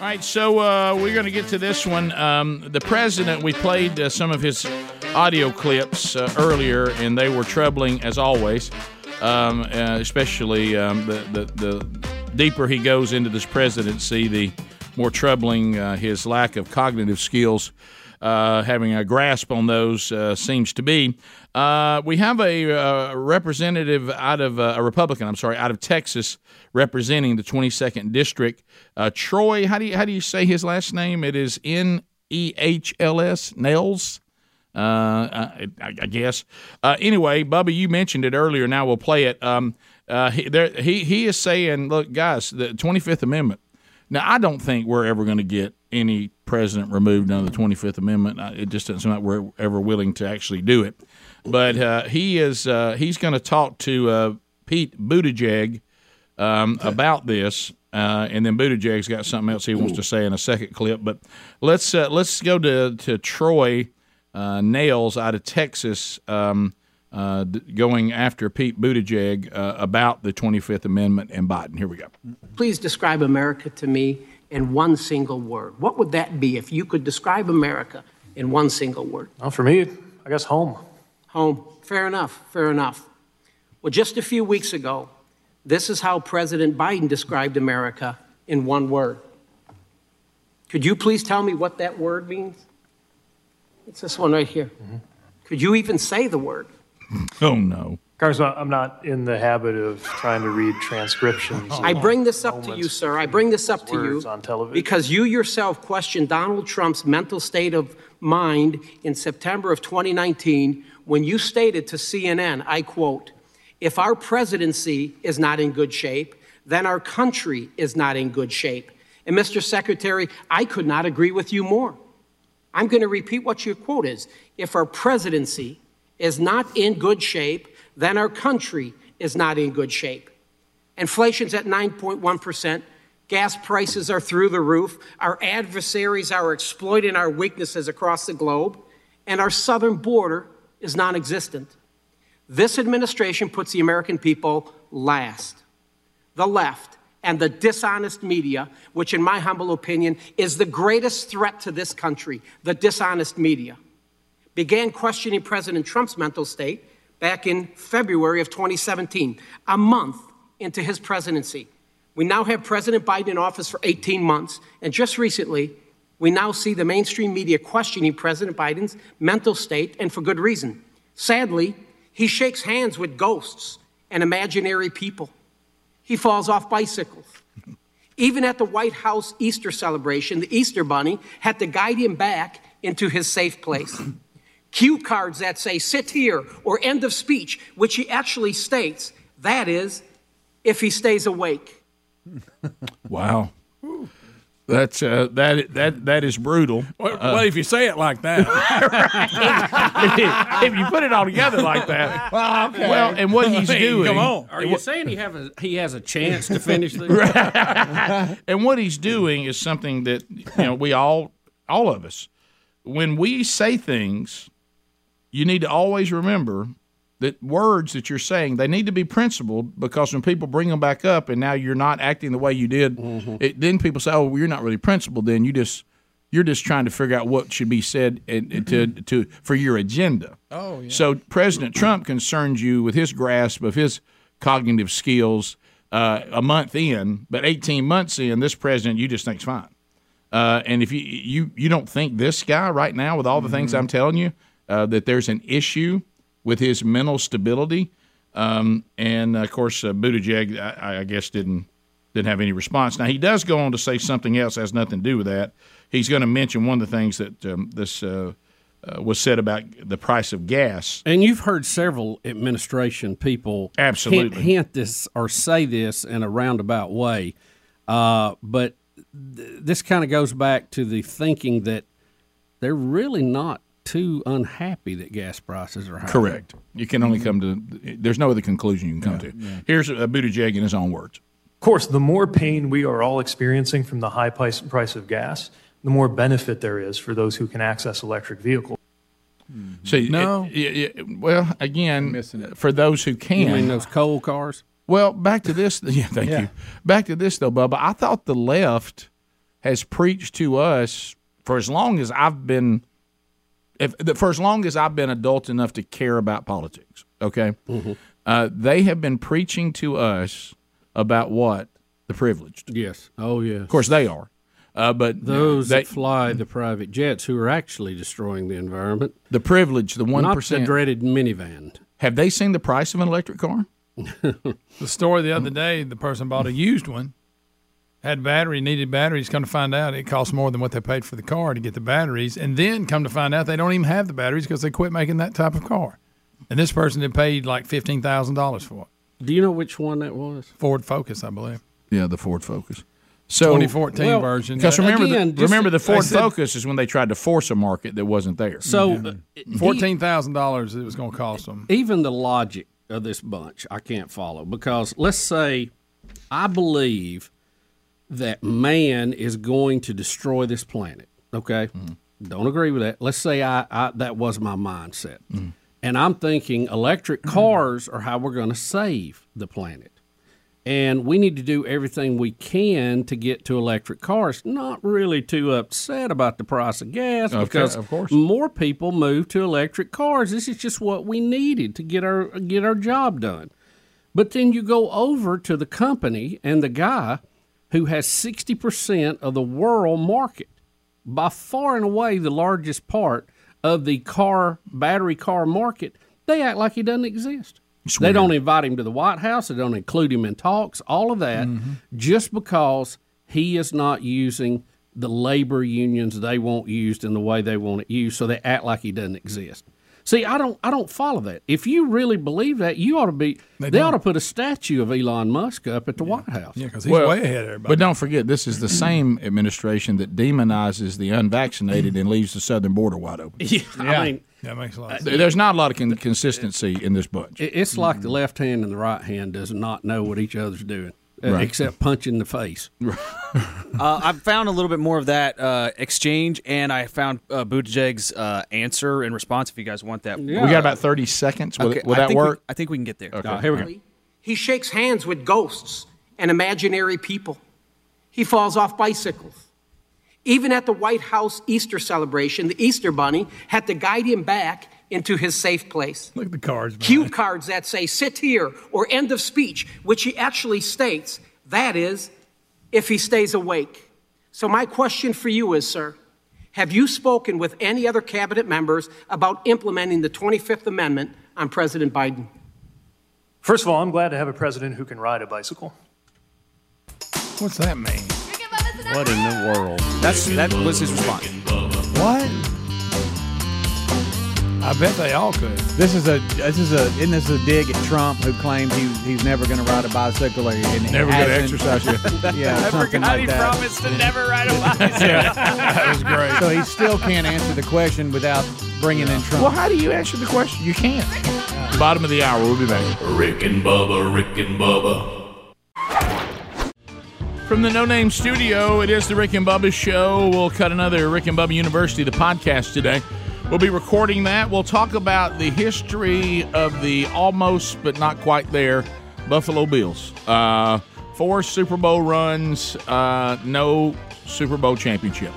A: All right, so uh, we're going to get to this one. Um, the president, we played uh, some of his audio clips uh, earlier, and they were troubling as always, um, uh, especially um, the, the, the deeper he goes into this presidency, the more troubling uh, his lack of cognitive skills. uh, having a grasp on those uh, seems to be. Uh, we have a uh, representative out of uh, a Republican, I'm sorry, out of Texas, representing the 22nd district. Uh, Troy, how do you how do you say his last name? It is N E H L S Nails. Uh, I, I I guess. Uh, anyway, Bubba, you mentioned it earlier. Now we'll play it. Um, uh, he, there, he he is saying, look, guys, the Twenty Fifth Amendment. Now, I don't think we're ever going to get any president removed under the 25th Amendment. Uh, It just doesn't seem like we're ever willing to actually do it. But uh, he is uh, he's going to talk to uh, Pete Buttigieg um, about this. Uh, and then Buttigieg's got something else he wants to say in a second clip. But let's uh, let's go to to Troy uh, Nails out of Texas, um, uh, d- going after Pete Buttigieg uh, about the 25th Amendment and Biden. Here we go.
K: Please describe America to me in one single word. What would that be if you could describe America in one single word?
L: Well, for me, I guess home.
K: Home. Fair enough. Fair enough. Well, just a few weeks ago, this is how President Biden described America in one word. Could you please tell me what that word means? It's this one right here.
L: Mm-hmm.
K: Could you even say the word?
A: Oh no.
L: Congressman, I'm not in the habit of trying to read transcriptions.
K: I bring this up to you, sir. I bring this up to
L: Words
K: you
L: on television.
K: because you yourself questioned Donald Trump's mental state of mind in September of 2019 when you stated to CNN, I quote, if our presidency is not in good shape, then our country is not in good shape. And Mr. Secretary, I could not agree with you more. I'm going to repeat what your quote is. If our presidency is not in good shape, then our country is not in good shape. Inflation's at 9.1%. Gas prices are through the roof. Our adversaries are exploiting our weaknesses across the globe. And our southern border is non existent. This administration puts the American people last. The left and the dishonest media, which, in my humble opinion, is the greatest threat to this country, the dishonest media, began questioning President Trump's mental state back in February of 2017, a month into his presidency. We now have President Biden in office for 18 months, and just recently, we now see the mainstream media questioning President Biden's mental state, and for good reason. Sadly, he shakes hands with ghosts and imaginary people. He falls off bicycles. Even at the White House Easter celebration, the Easter Bunny had to guide him back into his safe place. Cue cards that say sit here or end of speech, which he actually states that is, if he stays awake.
A: Wow. That's uh, that that that is brutal. Uh, Well,
C: well, if you say it like that, [laughs]
G: [laughs]
A: if you [laughs] put it all together like that,
C: well,
A: [laughs] well, and what he's doing,
D: Are you saying he have a, he has a chance to finish [laughs] this?
A: [laughs] and what he's doing is something that you know we all all of us when we say things you need to always remember that words that you're saying they need to be principled because when people bring them back up and now you're not acting the way you did it, then people say oh well, you're not really principled then you just you're just trying to figure out what should be said and, and to, to for your agenda
C: Mm-hmm. Oh, yeah.
A: so President Trump concerns you with his grasp of his cognitive skills uh, a month in, but 18 months in, this president you just think's fine. Uh, and if you, you you don't think this guy right now with all the
C: Mm-hmm.
A: things I'm telling you uh, that there's an issue with his mental stability, um, and of course uh, Buttigieg I, I guess didn't didn't have any response. Now he does go on to say something else that has nothing to do with that. He's going to mention one of the things that um, this uh, uh, was said about the price of gas.
D: And you've heard several administration people
A: Absolutely.
D: hint, hint this or say this in a roundabout way, uh, but th- this kind of goes back to the thinking that they're really not too unhappy that gas prices are high.
A: Correct. You can only come to. There's no other conclusion you can come to. Here's uh, Buttigieg in his own words.
L: Of course, the more pain we are all experiencing from the high price, price of gas, the more benefit there is for those who can access electric vehicles.
A: See,
L: No.
A: it- it- it- well, again, for those who can,
D: You mean those coal cars?
A: Well, back to this. [laughs] Yeah, thank you. Back to this though, Bubba. I thought the left has preached to us for as long as I've been, if for as long as I've been adult enough to care about politics. Okay,
D: Mm-hmm.
A: uh, they have been preaching to us about what the privileged.
D: Yes. Oh, yes.
A: Of course, they are. Uh, but
D: Those
A: they-
D: that fly the private jets who are actually destroying the environment.
A: The privilege, the
D: Not
A: 1%.
D: the dreaded minivan.
A: Have they seen the price of an electric car?
D: [laughs]
C: The story the other day, the person bought a used one, had battery, needed batteries. Come to find out, it costs more than what they paid for the car to get the batteries, and then come to find out they don't even have the batteries because they quit making that type of car. And this person had paid like fifteen thousand dollars for it.
D: Do you know which one that was?
C: Ford Focus, I believe.
A: Yeah, the Ford Focus.
C: 2014 version.
A: Because remember,
C: Again,
A: the,
C: just-
A: remember the
C: I
A: Ford
C: said-
A: Focus is when they tried to force a market that wasn't there.
D: So
C: fourteen thousand dollars it was going to cost them.
D: even the logic of this bunch I can't follow because let's say I believe that man is going to destroy this planet. Okay,
A: Mm-hmm.
D: don't agree with that. Let's say I, I that was my mindset, and I'm thinking electric
A: Mm-hmm.
D: cars are how we're going to save the planet. And we need to do everything we can to get to electric cars. Not really too upset about the price of gas
A: Of
D: because
A: course, of course.
D: more people move to electric cars. This is just what we needed to get our get our job done. But then you go over to the company and the guy who has 60% of the world market, by far and away the largest part of the car battery car market, they act like he doesn't exist. They don't invite him to the White House, they don't include him in talks, all of that
C: Mm-hmm.
D: just because he is not using the labor unions they want used in the way they want it used, so they act like he doesn't exist. See, I don't, I don't follow that. If you really believe that, you ought to be. They, ought to put a statue of Elon Musk up at the White House. Yeah,
C: because he's way ahead of everybody. [laughs]
A: But don't forget, this is the same administration that demonizes the unvaccinated and leaves the southern border wide open.
D: [laughs] Yeah, I mean, uh,
C: that makes a lot.
A: There- There's not a lot of con- consistency in this bunch.
D: It- It's
C: mm-hmm.
D: like the left hand and the right hand does not know what each other's doing, uh,
A: Right.
D: except punch in the face.
I: uh, I found a little bit more of that uh, exchange, and I found uh, Buttigieg's uh, answer and response. If you guys want that,
A: We got about 30 seconds. Will,
I: Okay,
A: will
I: I
A: that
I: think we-
A: work?
I: I think we can get there.
A: Okay. here we go.
K: He shakes hands with ghosts and imaginary people. He falls off bicycles. Even at the White House Easter celebration, the Easter Bunny had to guide him back into his safe place.
C: Look at the cards.
K: Cue cards that say sit here or end of speech, which he actually states that is, if he stays awake. So, my question for you is, sir, have you spoken with any other cabinet members about implementing the 25th Amendment on President Biden?
L: First of all, I'm glad to have a president who can ride a bicycle.
C: What's that mean?
I: What in the world? That's that was his response.
G: What?
C: I bet they all could.
G: This is a this is a isn't this a dig at Trump who claimed he he's never going to ride a bicycle and he
C: Never gonna
G: hasn't.
C: exercise
G: yeah,
C: yet.
G: [laughs] yeah,
C: I
G: something
C: forgot
G: like
C: he
G: that.
C: promised
I: to never
G: [laughs]
I: ride a
C: that was great.
G: So he still can't answer the question without bringing in Trump.
A: Well, how do you answer the question? You can't. Bottom of the hour. We'll be back.
E: Rick and Bubba, Rick and Bubba,
A: From the No Name Studio, it is the Rick and Bubba Show. We'll cut another Rick and Bubba University, the podcast today. We'll be recording that. We'll talk about the history of the almost but not quite there Buffalo Bills. Uh, four Super Bowl runs, uh, no Super Bowl championship.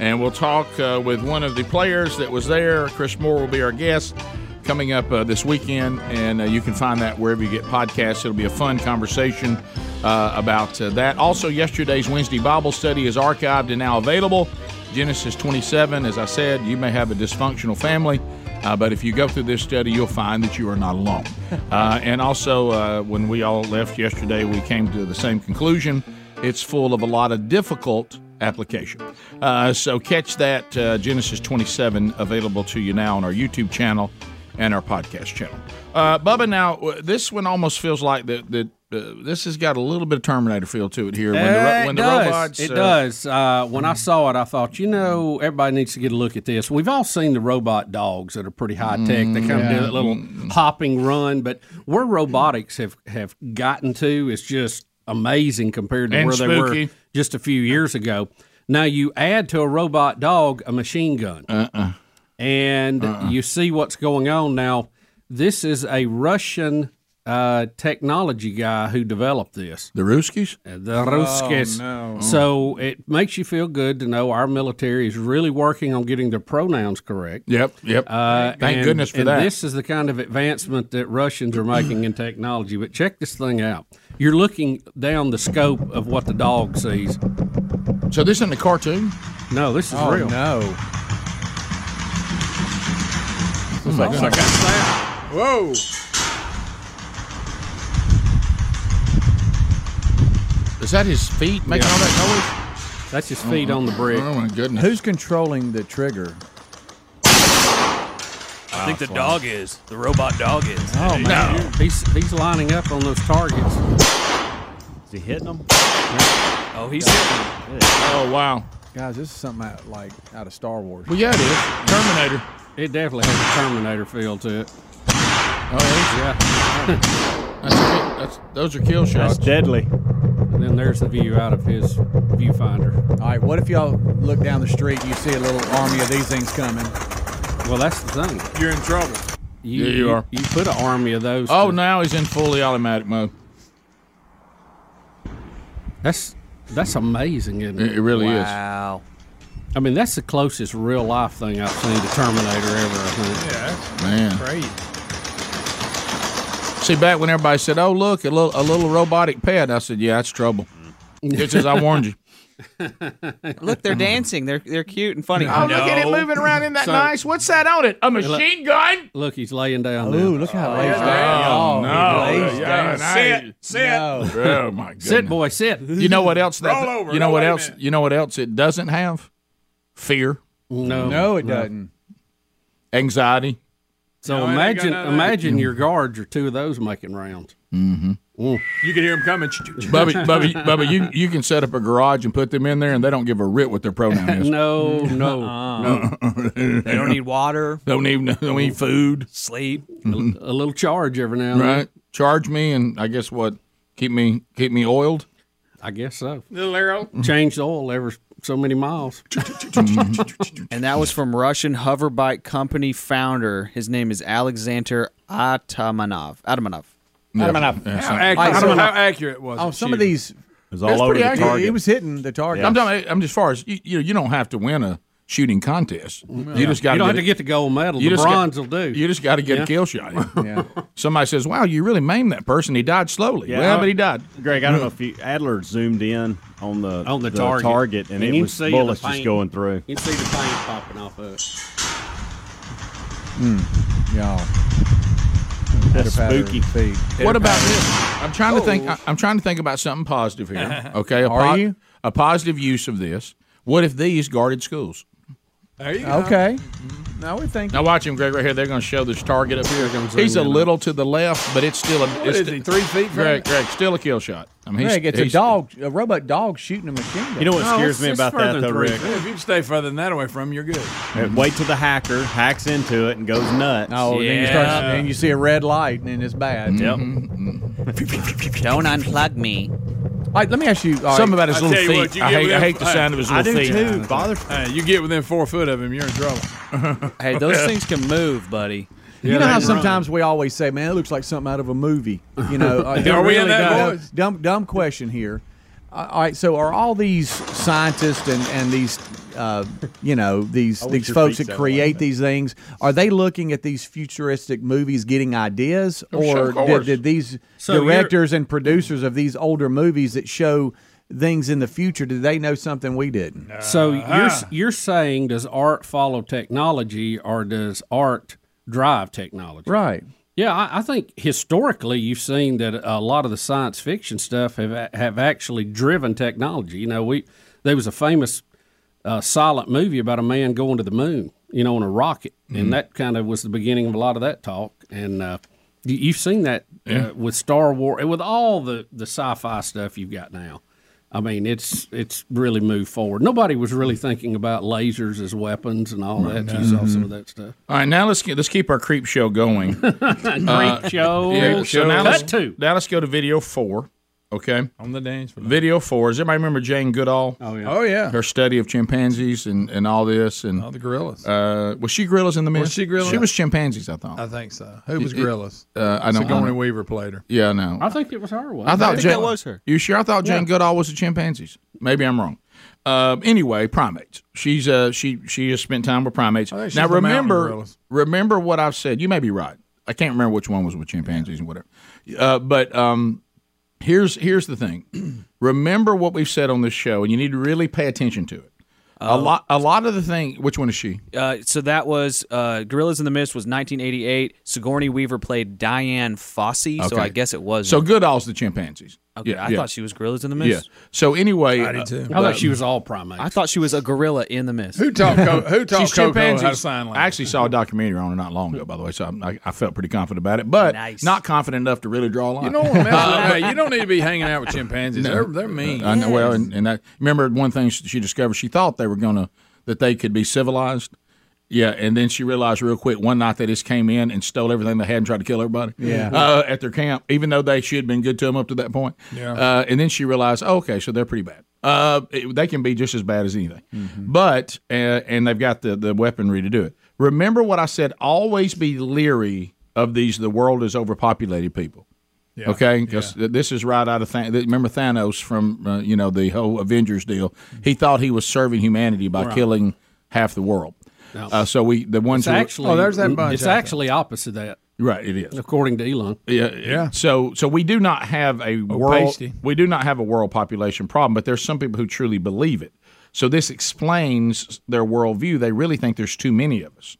A: And we'll talk uh, with one of the players that was there. Chris Moore will be our guest coming up uh, this weekend, and uh, you can find that wherever you get podcasts. It'll be a fun conversation uh, about uh, that. Also, yesterday's Wednesday Bible study is archived and now available. Genesis 27, as I said, you may have a dysfunctional family, uh, but if you go through this study, you'll find that you are not alone. Uh, and also, uh, when we all left yesterday, we came to the same conclusion. It's full of a lot of difficult application. Uh, so catch that uh, Genesis 27 available to you now on our YouTube channel and our podcast channel. Uh, Bubba, now w- this one almost feels like that. that uh, this has got a little bit of Terminator feel to it here. When the,
D: Uh,
A: ro-
D: it
A: when the
D: does.
A: robots,
D: it
A: uh,
D: does. Uh, when I saw it, I thought, you know, everybody needs to get a look at this. We've all seen the robot dogs that are pretty high tech. They kind of
A: Mm, Yeah. Mm.
D: do that little hopping run, but where robotics have have gotten to is just amazing compared to
A: And
D: where they were
A: spooky.
D: just a few years ago. Now you add to a robot dog a machine gun,
A: uh-uh. Uh.
D: and you see what's going on now. This is a Russian uh, technology guy who developed this.
A: The Ruskies?
D: The Ruskis.
A: Oh, no.
D: So it makes you feel good to know our military is really working on getting their pronouns correct. [laughs]
A: Yep, yep.
D: Uh,
A: Thank
D: and-
A: goodness for
D: and
A: that.
D: This is the kind of advancement that Russians are making in technology. But check this thing out. You're looking down the scope of what the dog sees.
A: So this in a cartoon?
D: No, this is
G: Oh,
D: real.
G: No. Looks like-
D: Oh, my God.
C: Whoa.
A: Is that his feet making all that
D: noise? Uh-huh. That's his feet on the brick.
A: Oh my goodness!
G: Who's controlling the trigger?
M: I
A: Ah,
M: think the dog is. The robot dog is.
D: Oh man, he's he's lining up on those targets.
F: Is he hitting them?
M: Oh, he's
F: hitting
A: Oh wow,
G: guys, this is something out, like out of Star Wars.
A: Well, yeah, it is. Terminator.
D: It definitely has a Terminator feel to it.
A: Oh
D: yeah.
A: [laughs] that's, that's those are kill shots.
F: deadly.
D: And then there's the view out of his viewfinder.
G: All right, what if y'all look down the street and you see a little army of these things coming?
D: Well, that's the thing.
C: You're in trouble.
D: You,
A: Yeah, you are.
D: You put an army of those.
A: Oh, now he's in fully automatic mode.
D: That's that's amazing, isn't it?
A: It- it really is.
D: Wow. I mean, that's the closest real life thing I've seen to Terminator ever. I think.
A: Yeah, Man. See, back when everybody said, "Oh, look, a little a little robotic pet," I said, "Yeah, that's trouble."
D: Mm.
A: Just as I warned you.
J: Look, they're dancing. They're they're cute and funny.
A: Oh, look at it moving around in that
J: So-
A: nice. What's that on it? A
D: Look-
A: machine gun?
D: Look, he's laying down.
G: Ooh, look
C: Oh,
G: how lazy
A: Oh, no. Yeah,
M: Sit, sit.
A: Oh my goodness.
D: Sit, boy, sit.
A: You know what else that
D: Roll over.
A: you know
D: No,
A: what
D: wait a
A: else you know what else it doesn't have? Fear.
D: No.
G: No, it doesn't.
A: Anxiety.
D: So
C: No, it ain't got
D: imagine,
C: none of that.
D: imagine your guards or two of those making rounds.
A: Mm-hmm.
D: Mm.
C: You can hear them coming.
G: [laughs]
D: [laughs]
A: Bubby, Bubby, Bubby, you, you can set up a garage and put them in there, and they don't give a rip what their pronoun is.
D: No,
C: [laughs]
D: no,
J: Uh-uh.
A: no.
J: They don't need water.
A: [laughs] Don't need don't need food.
J: Sleep.
D: A, a little charge every now and then.
A: Right? Charge me, and I guess what keep me keep me oiled. Mm-hmm.
D: I guess so.
C: Little arrow.
D: Changed oil every so
C: [laughs]
D: many miles.
C: Mm-hmm.
J: And that was from Russian hover bike company founder. His name is Alexander Atamanov. Atamanov.
A: Yeah.
G: Atamanov.
A: Yeah,
G: How accurate-
J: Like, so-
G: how
C: accurate was
G: Oh, some of these. It
A: was all over the target.
G: He was hitting the target.
A: I'm, talking, I'm just far as you, you know, you don't have to win a shooting contest. You
G: Mm-hmm.
D: Yeah.
A: just got
D: You don't have to get the gold medal. The bronze will do.
A: You just got to get
D: Yeah.
A: a kill shot. in.
D: [laughs]
A: Somebody says, "Wow, you really maimed that person. He died slowly." Yeah, well, but he died.
F: Greg, I don't know if you Adler zoomed in on the
A: On the
D: target.
F: and,
D: And
F: it
D: you
F: was
D: see the
F: bullets just
D: paint.
F: going through.
D: You can see the paint popping off of it.
F: That's spooky.
A: What about this? I'm trying to think. I- I'm trying to think about something positive here. [laughs] Okay, a
G: Are you?
A: A positive use of this. What if these guarded schools?
C: There you go. Mm-hmm.
G: Okay. Now we think.
A: Now watch him, Greg, right here. They're going to show this target up here.
G: comes
A: He's a
G: in.
A: little to the left, but it's still a.
G: What
A: it's
G: is he, three feet from
A: Greg,
G: it?
A: Greg, still a kill shot. I mean, he's,
G: Greg, it's a
A: he's-
G: dog, a robot dog shooting a machine gun.
F: You know what No, scares it's- me it's about that, further though, than three Rick?
C: If you stay further than that away from him, you're good.
F: And Uh, Wait till the hacker hacks into it and goes nuts.
G: Oh, then you start, then you see a red light, and then it's bad.
F: Yep.
J: Don't unplug me.
G: All right, let me ask you. all right.
A: Something about his little feet. I hate, I hate the sound of his little feet.
J: [laughs]
C: Hey, you get within four foot of him, you're in trouble. [laughs]
J: Hey, those things can move, buddy.
G: you know how sometimes we always say, "Man, it looks like something out of a movie."
F: [laughs]
G: You know, uh,
J: Are we in that
G: dumb,
J: voice?
G: dumb, dumb question here. Uh, all right, so are all these scientists and and these, uh, you know, these
F: I wish
G: these
F: your
G: folks
F: feet
G: that
F: sounded
G: create these things, are they looking at these futuristic movies, getting ideas,
F: Oh, sure,
G: or
F: of
G: did,
F: course.
G: did these
F: So you're-
G: directors and producers of these older movies that show things in the future, did they know something we didn't?
D: So you're s- you're saying does art follow technology or does art drive technology?
G: Right.
D: Yeah, I, I think historically you've seen that a lot of the science fiction stuff have a- have actually driven technology. You know, we there was a famous uh, silent movie about a man going to the moon. You know, on a rocket,
A: Mhm.
D: and that kind of was the beginning of a lot of that talk. And uh, you, you've seen that
A: Yeah.
D: uh, with Star Wars and with all the the sci-fi stuff you've got now. I mean, it's it's really moved forward. Nobody was really thinking about lasers as weapons and all that. You saw some of that stuff.
A: Mm-hmm. All right, now let's get, let's keep our creep
D: [laughs]
A: uh, show going.
D: Creep show.
A: [laughs] Yeah, so
D: Show.
A: now let's,
D: Cut to.
A: now let's go to video four. Okay.
C: On the dance floor.
A: Video four. Does everybody remember Jane Goodall? Oh
C: yeah. Oh, yeah.
A: Her study of chimpanzees and, and all this and
C: All the gorillas.
A: Uh, was she gorillas in the myth?
C: Was she gorillas?
A: She was chimpanzees, I thought.
C: I think so. Who was
A: It- it-
C: Gorillas?
A: uh, I don't- I
C: Sigourney
A: don't-
C: Weaver played her.
A: Yeah, I know.
D: I think it was her. One.
A: I thought Jane,
D: her.
A: You sure? I thought Jane
D: Yeah.
A: Goodall was the chimpanzees. Maybe I'm wrong. Uh, anyway, primates. She's uh, she she has spent time with primates.
C: I think she's
A: Now
C: the mountain
A: remember,
C: gorillas.
A: remember what I've said. You may be right. I can't remember which one was with chimpanzees and whatever. Uh, but um, here's here's the thing. [clears throat] remember what we've said on this show, and you need to really pay attention to it.
C: Oh.
A: a lot a lot of the thing. Which one is she?
I: Uh, so that was uh, Gorillas in the Mist was 1988. Sigourney Weaver played Diane Fossey, so
A: Okay.
I: I guess it was.
A: So Goodall's the chimpanzees.
I: Okay, I thought she was Gorillas in the Mist.
A: Yeah. So anyway, uh, I did
I: I thought she was
D: all primates.
I: I thought she was a gorilla in the mist.
A: Who
C: taught Co-
A: [laughs]
C: who taught
A: She's
C: Coco how to
A: chimpanzees.
C: sign
A: I actually saw a documentary on her not long ago, by the way, so I, I, I felt pretty confident about it, but not confident enough to really draw a line.
C: You don't
A: [laughs]
C: want to mess with them. Uh, You don't need to be hanging out with chimpanzees.
A: No.
C: They're they're mean.
A: I know, well, and, and I remember one thing she she discovered. She thought they were gonna that they could be civilized. Yeah, and then she realized real quick one night they just came in and stole everything they had and tried to kill everybody.
C: Yeah.
A: uh, at their camp, even though they she had been good to them up to that point.
C: Yeah.
A: uh, and then she realized, oh, okay, so they're pretty bad. Uh, it- they can be just as bad as anything,
D: Mm-hmm.
A: but uh, and they've got the the weaponry to do it. Remember what I said: always be leery of these. The world is overpopulated people.
C: Yeah.
A: Okay, because this is right out of Than- remember Thanos from uh, you know the whole Avengers deal. He thought he was serving humanity by
D: Mm-hmm. Right.
A: killing half the world. Uh, so we the ones
D: It's
A: who
D: actually, Mm-hmm. It's actually opposite that,
A: right. It is
D: according to Elon. Oh,
A: yeah, yeah. So, so we do not have a world.
D: pasty.
A: We do not have a world population problem, but there's some people who truly believe it. So this explains their worldview. They really think there's too many of us,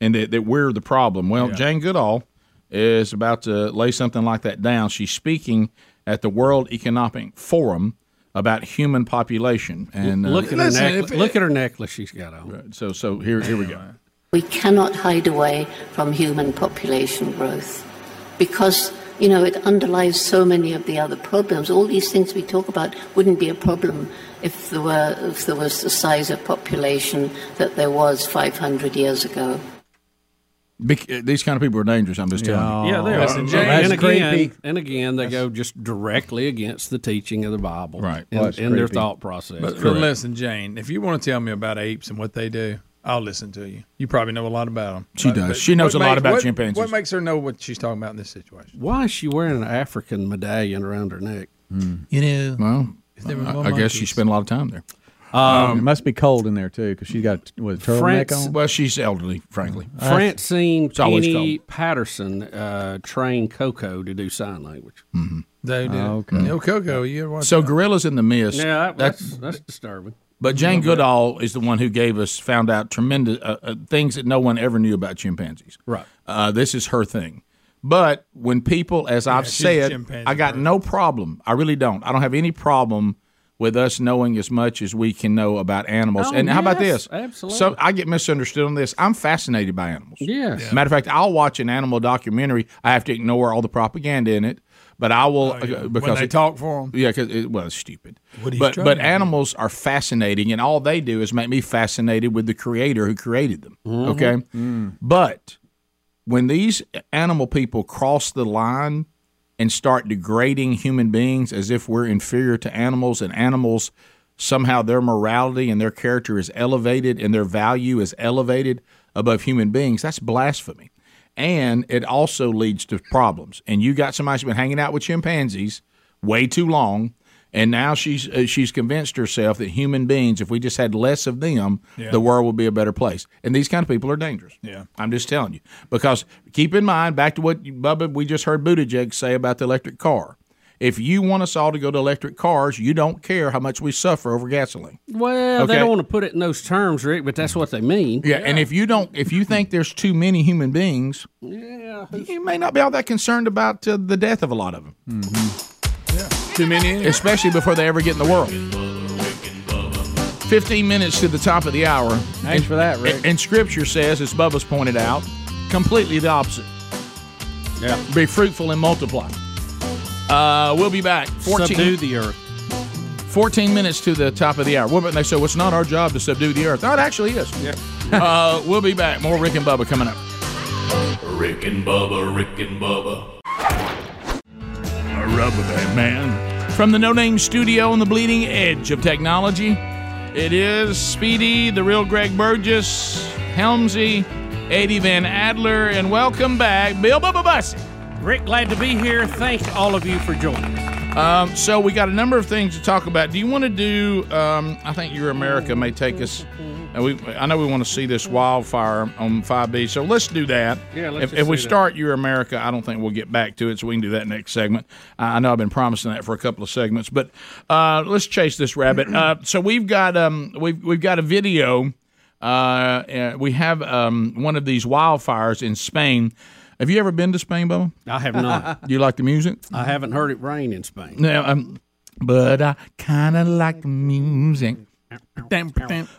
A: and that, that we're the problem. Well, Jane Goodall is about to lay something like that down. She's speaking at the World Economic Forum about human population, and uh,
D: look at her neck, look at her necklace she's got on.
A: So, so here, here we go.
N: We cannot hide away from human population growth because, you know, it underlies so many of the other problems. All these things we talk about wouldn't be a problem if there, were, if there was the size of population that there was 500 years ago.
A: Bec- these kind of people are dangerous. I'm just telling you.
D: Yeah, they are.
A: Listen, Jane-
D: and,
A: creepy.
D: again, and again, they go just directly against the teaching of the Bible, right? And, and their thought process.
C: But, but listen, Jane, if you want to tell me about apes and what they do, I'll listen to you. You probably know a lot about them.
A: She does. She knows a lot about chimpanzees.
C: What makes her know what she's talking about in this situation?
D: Why is she wearing an African medallion around her neck?
C: You know,
A: Hmm. well,
C: there were
A: I,
C: more
A: I guess she spent a lot of time there.
G: Um, it must be cold in there too, because she's got what, a turtleneck
D: France-
G: on. Uh,
A: Well, she's elderly, frankly.
D: Francine
G: It's always
D: Penny Patterson uh, trained Coco to do sign language.
C: They
D: did.
C: Okay. No, Coco, you ever watch
A: Mm-hmm. Ah, So gorillas in the mist.
D: Yeah, that,
A: that's-
D: that's that's disturbing.
A: But Jane Goodall is the one who gave us found out tremendous uh, uh, things that no one ever knew about chimpanzees.
D: Right.
A: Uh, this is her thing. But when people, as I've
C: she's a
A: said,
C: chimpanzee
A: I got no problem. I really don't. I don't have any problem with us knowing as much as we can know about animals.
D: Oh,
A: and how about
D: yes,
A: this?
D: absolutely.
A: So I get misunderstood on this. I'm fascinated by animals.
D: Yes.
A: Matter of fact, I'll watch an animal documentary. I have to ignore all the propaganda in it, but I will uh, because
C: Oh, When they
A: it-
C: talk for 'em.
A: Yeah, because it was stupid.
C: What he's
A: but
C: trying
A: but
C: to do.
A: animals are fascinating, and all they do is make me fascinated with the creator who created them.
C: Mhm.
A: Okay, but when these animal people cross the line and start degrading human beings as if we're inferior to animals, and animals somehow their morality and their character is elevated and their value is elevated above human beings, that's blasphemy. And it also leads to problems. And you got somebody who's been hanging out with chimpanzees way too long. And now she's uh, she's convinced herself that human beings, if we just had less of them,
C: Yeah.
A: the world would be a better place. And these kind of people are dangerous.
C: Yeah.
A: I'm just telling you. Because keep in mind, back to what you- Bubba, we just heard Buttigieg say about the electric car. If you want us all to go to electric cars, you don't care how much we suffer over gasoline.
D: Well,
A: Okay.
D: they don't want to put it in those terms, Rick, but that's what they mean.
A: Yeah, and if you don't, if you think there's too many human beings,
D: yeah,
A: you may not be all that concerned about uh, the death of a lot of them.
H: Mm-hmm.
C: Too many,
A: especially before they ever get in the world. Fifteen minutes to the top of the hour.
G: Thanks for that, Rick.
A: And, and Scripture says, as Bubba's pointed out, completely the opposite. Yeah, be fruitful and multiply. Uh, we'll be back. 14,
D: Subdue the earth.
A: 14 minutes to the top of the hour. Women, they say, well, it's not our job to subdue the earth. No, it actually is. Yeah. uh, we'll be back. More Rick and Bubba coming up.
E: Rick and Bubba, Rick and Bubba.
A: up with that man. From the No Name Studio on the bleeding edge of technology, it is Speedy, the real Greg Burgess, Helmsy, Eddie Van Adler, and welcome back, Bill Bubba Bussett.
B: Rick, glad to be here. Thank all of you for joining.
A: Um, so we got a number of things to talk about. Do you want to do? Um, I think Your America may take us. And we, I know we want to see this wildfire on 5B, so let's do that.
B: Yeah, let's
A: if,
B: just
A: if we
B: do that.
A: start Your America, I don't think we'll get back to it, so we can do that next segment. I I know I've been promising that for a couple of segments, but uh, let's chase this rabbit. Uh, so we've got um, we've we've got a video. Uh, uh, we have um, one of these wildfires in Spain. Have you ever been to Spain, Bubba?
D: I have
A: [laughs]
D: not. Uh,
A: Do you like the music?
D: I haven't heard it rain in Spain.
A: No, um, but I kind of like music.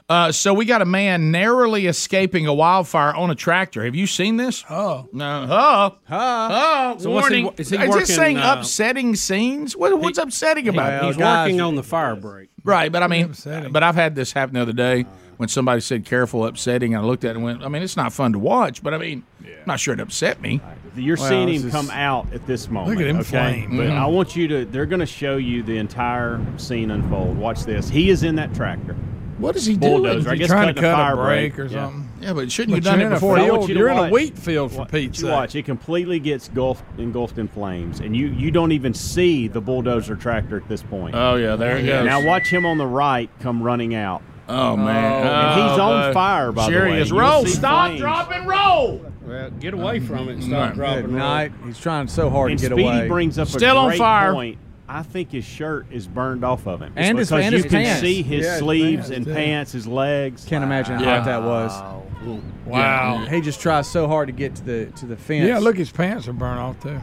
A: Uh, so we got a man narrowly escaping a wildfire on a tractor. Have you seen this? Oh no! Oh, oh!
D: So what's he
A: warning!
D: wo- is he
A: Is
D: working,
A: this saying
D: uh,
A: upsetting scenes? What, what's upsetting about it?
D: He's working on the fire break.
A: Right, but I mean, but I've had this happen the other day when somebody said "careful, upsetting." And I looked at it and went, "I mean, it's not fun to watch, but I mean, I'm not sure it upset me."
F: You're seeing him come out at this moment.
A: at him
F: okay?
A: flame.
F: But
A: Mhm.
F: I want you to. They're going to show you the entire scene unfold. Watch this. He is in that tractor.
A: What is he
F: Bulldozer.
A: doing?
F: I guess cutting a fire Yeah.
A: Yeah, but shouldn't you have done it before?
F: I want you to
C: you're in a
F: watch.
C: wheat field for
F: Watch-
C: Pete's
F: you
C: sake.
F: Watch, it completely gets gulfed, engulfed in flames, and you you don't even see the bulldozer tractor at this point.
A: Oh, yeah, there it goes.
F: Now watch him on the right come running out.
A: Oh man,
F: and he's
A: Oh,
F: on
A: boy.
F: fire by
A: Sherry
F: the way.
A: is
F: You'll
A: rolled.
F: see
A: Stop,
F: flames.
A: drop, and roll.
D: Well, get away from it and
F: stop,
D: stop
F: Right. drop,
D: dropping.
F: and
G: Good
F: roll.
G: night. He's trying so hard
F: and
G: to get
F: Speedy
G: away.
F: brings up
G: Still
F: a
G: on
F: great
G: fire.
F: point. I think his shirt is burned off of him. It's
G: And his-
F: because
G: and
F: you
G: his
F: can
G: pants.
F: see his
G: Yeah, his
F: sleeves
G: pants,
F: and
G: yeah.
F: pants, his legs.
G: Can't imagine how hot that was.
A: Wow.
G: Yeah. He just tries so hard to get to the to the fence.
C: Yeah, look, his pants are burnt off too.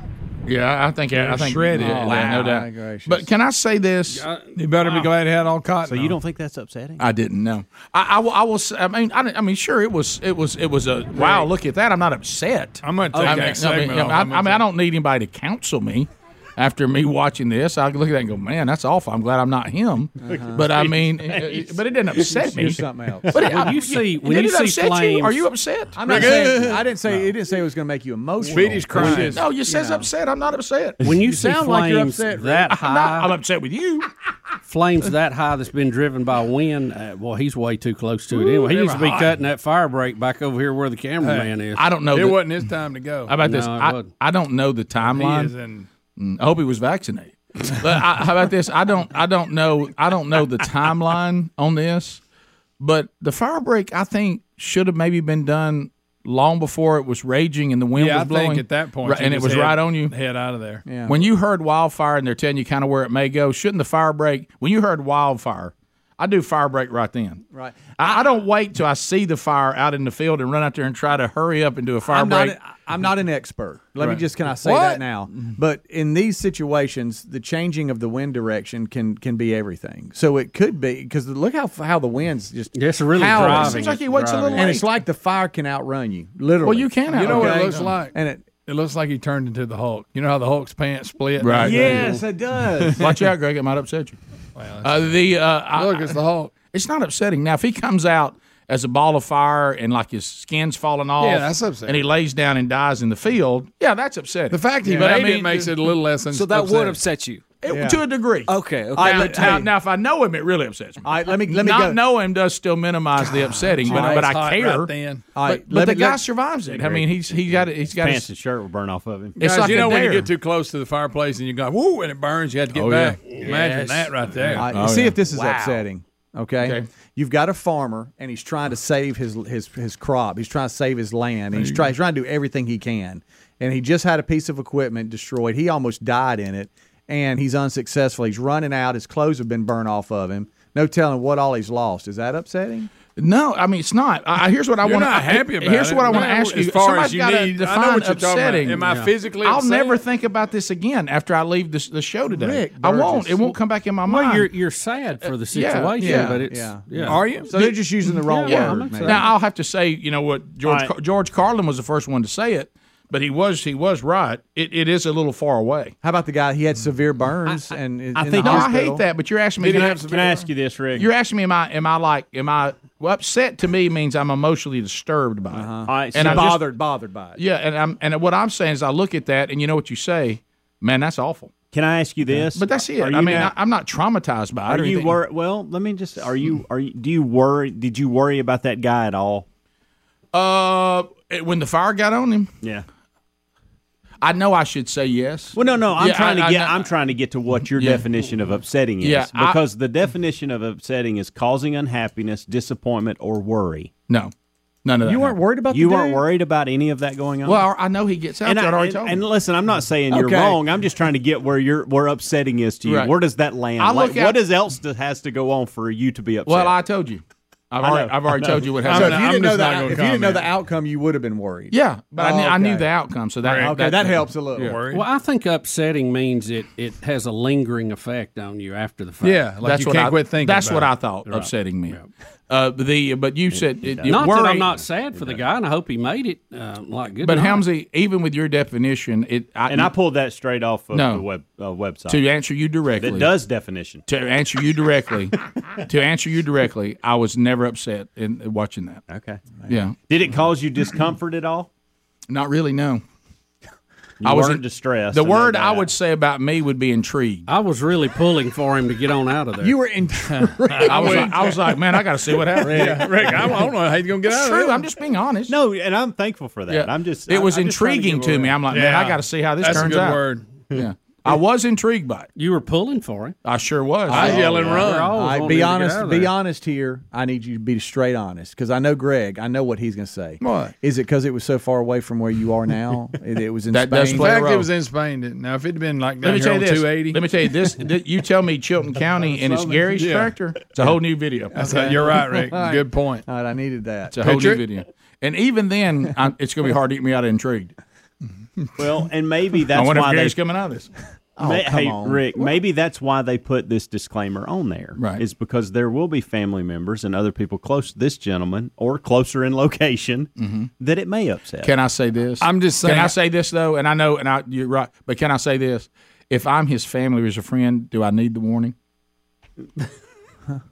A: Yeah, I think I think
C: shredded.
A: Yeah, no
C: My
A: doubt.
C: gracious.
A: But can I say this?
C: You better be glad he had all cotton.
F: So you don't think that's upsetting?
A: I didn't know. I, I, will- I will. s- I mean, I, didn't- I mean, sure, it was, it was, it was a wow. Look at that. I'm not upset. I'm
C: gonna take
A: I
C: that
A: mean,
C: segment
A: I mean,
C: off.
A: I,
C: I'm
A: I mean, I don't need anybody to counsel me. After me watching this, I look at that and go, "Man, that's awful. I'm glad I'm not him."
C: Uh-huh.
A: [laughs]
C: [laughs]
A: But I mean,
C: Face.
A: it- it- but it didn't
G: [laughs]
A: upset me.
G: You're something else.
A: But it,
G: When
A: I-
G: you see- when
A: did
G: you
A: it
G: see
A: upset
G: flames-
A: you? Are you upset?
G: I'm
A: Rick?
G: not saying, [laughs] I didn't say it didn't say it was going to make you emotional.
A: Speedy's crying.
G: It's just,
A: no, you says
G: know.
A: upset. I'm not upset.
D: When you,
G: You
D: see
G: sound
D: flames
G: like you're upset, Rick.
A: [laughs]
D: that
A: I'm
D: high,
A: not- I'm upset with you.
D: [laughs] Flames that high that's been driven by wind. Uh, well, he's way too close to it.
C: Ooh,
D: anyway, he
C: they
D: needs to
C: were
D: be
C: hot.
D: cutting that fire break back over here where the cameraman is.
A: [laughs] I don't know.
C: It
A: that-
C: wasn't his time to go.
A: How about this?
D: No, it
A: I,
D: wasn't.
A: I don't know the timeline.
C: is in-
A: Mm, I hope he was
G: [laughs]
A: vaccinated. but I, how about this? I don't. I don't know. I don't know the timeline on this. But the fire break, I think, should have maybe been done long before it was raging and the wind
C: yeah,
A: was
C: I
A: blowing.
C: think at that point,
A: Right,
C: you
A: and it
C: just
A: was
C: head-
A: right on you.
C: Head out of there. Yeah.
A: When you heard wildfire and they're telling you kind of where it may go, shouldn't the fire break? When you heard wildfire, I do fire break right then.
G: Right.
A: I, I don't wait till I see the fire out in the field and run out there and try to hurry up and do a fire
G: I'm
A: break.
G: Not, a- I'm not an expert. Let
A: Right.
G: me just can I say
A: What? Mm-hmm.
G: that now?
D: Mm-hmm.
G: But in these situations, the changing of the wind direction can can be everything. So it could be because look how how the winds just
D: it's really
G: howling.
D: driving Seems like it, he waits a driving little
G: and
D: late.
G: it's like the fire can outrun you. Literally,
C: Well, you can You know what it
G: Okay?
C: looks like?
G: and it
C: it looks like he turned into the Hulk. You know how the Hulk's pants split?
A: Right.
G: Yes, it does.
A: uh, Watch out, Greg. It might upset you. Uh, the uh, look,
C: it's the Hulk.
A: It's not upsetting. Now, if he comes out as a ball of fire and like his skin's falling off,
C: Yeah, that's upsetting.
A: And he lays down and dies in the field. Yeah, that's upsetting.
C: The fact he
A: But
C: made it makes it a little less.
A: So that
C: upsetting.
A: would upset you? It- to a degree. Okay.
C: okay.
A: Now,
C: Let-
A: now- now, if I know him, it really upsets me.
G: Uh, All right, let me let me
A: Not
G: go.
A: know him does still minimize the upsetting, but, but
G: it's
A: I
G: hot
A: care.
G: right then.
A: But,
G: All right,
A: but
G: let
A: the
G: me-
A: guy
G: let-
A: survives it. I mean, he's he got it. He's got
F: pants
A: his
F: and shirt will burn off of him.
A: It's
C: Guys,
A: like
C: you
A: a
C: know when you
A: dare.
C: get too close to the fireplace and you go, whoo, and it burns, you had to get
A: Oh, yeah. Oh,
C: back. Imagine
A: Yes.
C: that right there.
G: All right, see if this is upsetting. Okay? you've got a farmer and he's trying to save his his his crop. He's trying to save his land. And he's, try, he's trying to do everything he can. And he just had a piece of equipment destroyed. He almost died in it, and he's unsuccessful. He's running out. His clothes have been burnt off of him. No telling what all he's lost. Is that upsetting?
A: No, I mean it's not. I, I- here's what I
G: You're
A: want.
G: not happy about
A: Here's
G: it.
A: what I want to
G: No,
A: ask you.
G: as far
A: Somebody's
G: as you
A: gotta
G: need- I know
A: define
G: what you're talking about.
A: upsetting.
G: Am I physically
A: I'll
G: upset?
A: never think about this again after I leave this the show today.
D: Rick
A: I won't.
D: Burgess.
A: It won't come back in my
D: Well,
A: mind. Uh,
D: you're you're sad for the
A: Yeah,
D: situation,
A: yeah,
D: but it's
A: yeah.
D: yeah.
A: Are you?
G: So they're just using the wrong
A: Yeah.
G: word. maybe.
A: Now I'll have to say, you know what George
G: All right.
A: Car- George Carlin was the first one to say it, but he was he was right. It, it is a little far away.
G: How about the guy? He had severe burns, and in
A: I
G: the
A: think no, I
G: hospital.
A: hate that. But you're asking me.
G: Did he
A: can I-
G: have some-
A: can I ask
F: you this, Rick?
A: You're asking me, am I am I like am I well, upset? To me means I'm emotionally disturbed by it,
F: Uh-huh.
G: right,
A: and
G: so
A: I'm just-
G: bothered bothered by it.
A: Yeah, and I'm and what I'm saying is I look at that and you know what you say, man, that's awful.
F: Can I ask you this?
A: But that's it.
F: Are
A: I
F: you
A: mean,
F: not-
A: I, I'm not traumatized by it.
F: Are
A: or
F: you
A: anything.
F: worried? Well, let me just. Are you? Are you? Do you worry? Did you worry about that guy at all?
A: Uh, it- when the fire got on him.
F: Yeah.
A: I know I should say yes.
F: Well, no, no. I'm
A: Yeah,
F: trying
A: I- I-
F: to get.
A: I-
F: I, am trying to get to what your
A: Yeah.
F: definition of upsetting is.
A: Yeah, I-
F: because the definition of upsetting is causing unhappiness, disappointment, or worry.
A: No, none of that.
F: You weren't worried about.
A: the
F: You weren't
A: dude?
F: worried about any of that going on.
A: Well, I know he gets out.
F: and,
A: there. I'd
F: I,
A: already
F: and,
A: told
F: and
A: you.
F: listen, I'm not saying you're
A: Okay.
F: wrong. I'm just trying to get where you're where upsetting is to you.
A: Right.
F: Where does that land?
A: I
F: Like,
A: look at-
F: what is else that has to go on for you to be upset?
A: Well, I told you. I've
F: I
A: already,
F: know.
A: I've already
F: I know.
A: told you what
F: So
A: happened.
F: if you
A: I'm
F: didn't
A: just
F: know
A: not
F: the-
A: gonna
F: if you didn't know
A: comment.
G: the outcome, you would have been worried.
A: Yeah, but I, knew, I knew
D: Oh, Okay.
A: the outcome, so that
D: Okay, that helps
G: a little.
A: Worried.
D: Well, I think upsetting means it, it has a lingering effect on you after the fact.
A: I, That's what I thought upsetting me. Uh, the but you said it, it
D: Not that
A: worried-
D: I'm not sad for the guy, and I hope he made it. Uh, like good.
A: But
D: night.
A: Helmsy, even with your definition, it I,
D: And I
F: pulled that straight off
D: of
A: no,
D: the web-
F: uh, website.
A: To answer you directly,
F: That does definition.
A: To answer you
F: [laughs]
A: directly, to answer you directly, I was never upset in watching that.
F: Okay.
A: Yeah.
F: Did it cause you discomfort at all?
A: Not really. No.
F: You weren't distressed,
A: The
F: I know [laughs]
A: word I
F: that.
A: would say about me would be intrigued.
D: I was really pulling for him to get on out of there.
A: You were intrigued. [laughs] I was. Like, I was like, man, I got to see what happens.
D: Rick, Rick, I don't know how
A: he's
D: gonna get out of
A: True.
D: there.
A: I'm just being honest.
F: No, and I'm thankful for that. I'm just-
A: It
F: I'm-
A: was
F: I'm just trying to
A: intriguing
F: get
A: to,
F: where-
A: me. I'm like, man,
F: Yeah.
A: I got to see how this
F: That's a
A: turns
F: good
A: out.
F: word.
A: [laughs] Yeah. I was intrigued by it.
D: You were pulling for him.
A: I sure was.
G: I was
A: yelling,
G: I- be honest. Be honest here. I need you to be straight honest because I know Greg. I know what he's going to say.
C: What?
G: is it? Because it was so far away from where you are now. it, it was in
A: That
G: Spain.
A: does play a
C: fact,
A: role.
C: it was in Spain. Didn't. Now, if it'd been like
A: Let
C: down
A: me
C: here
A: tell you
C: on
A: this.
C: 280,
A: Let me
C: [laughs]
A: tell you this. th- You tell me Chilton County and it's Gary's
C: Yeah.
A: tractor. It's a whole new video.
C: That's right. You're right,
A: [laughs]
C: Rick. Good
G: point. All right, I needed that.
A: It's a whole
C: Picture
A: new
C: it.
A: video. And even then, I, it's going to be hard to get me out of intrigued.
F: Well, and maybe that's
A: I wonder
F: why
A: if Gary's
F: they, Oh,
A: coming out of this. Oh,
F: May- hey, Rick, maybe that's why they put this disclaimer on there. Right. It's because there will be family members and other people close to this gentleman or closer in location
A: Mm-hmm.
F: that it may upset.
A: Can I say this?
F: I'm just saying-
A: Can I say this though? And I know, and I you're right. But can I say this? If I'm his family or as a friend, do I need the warning?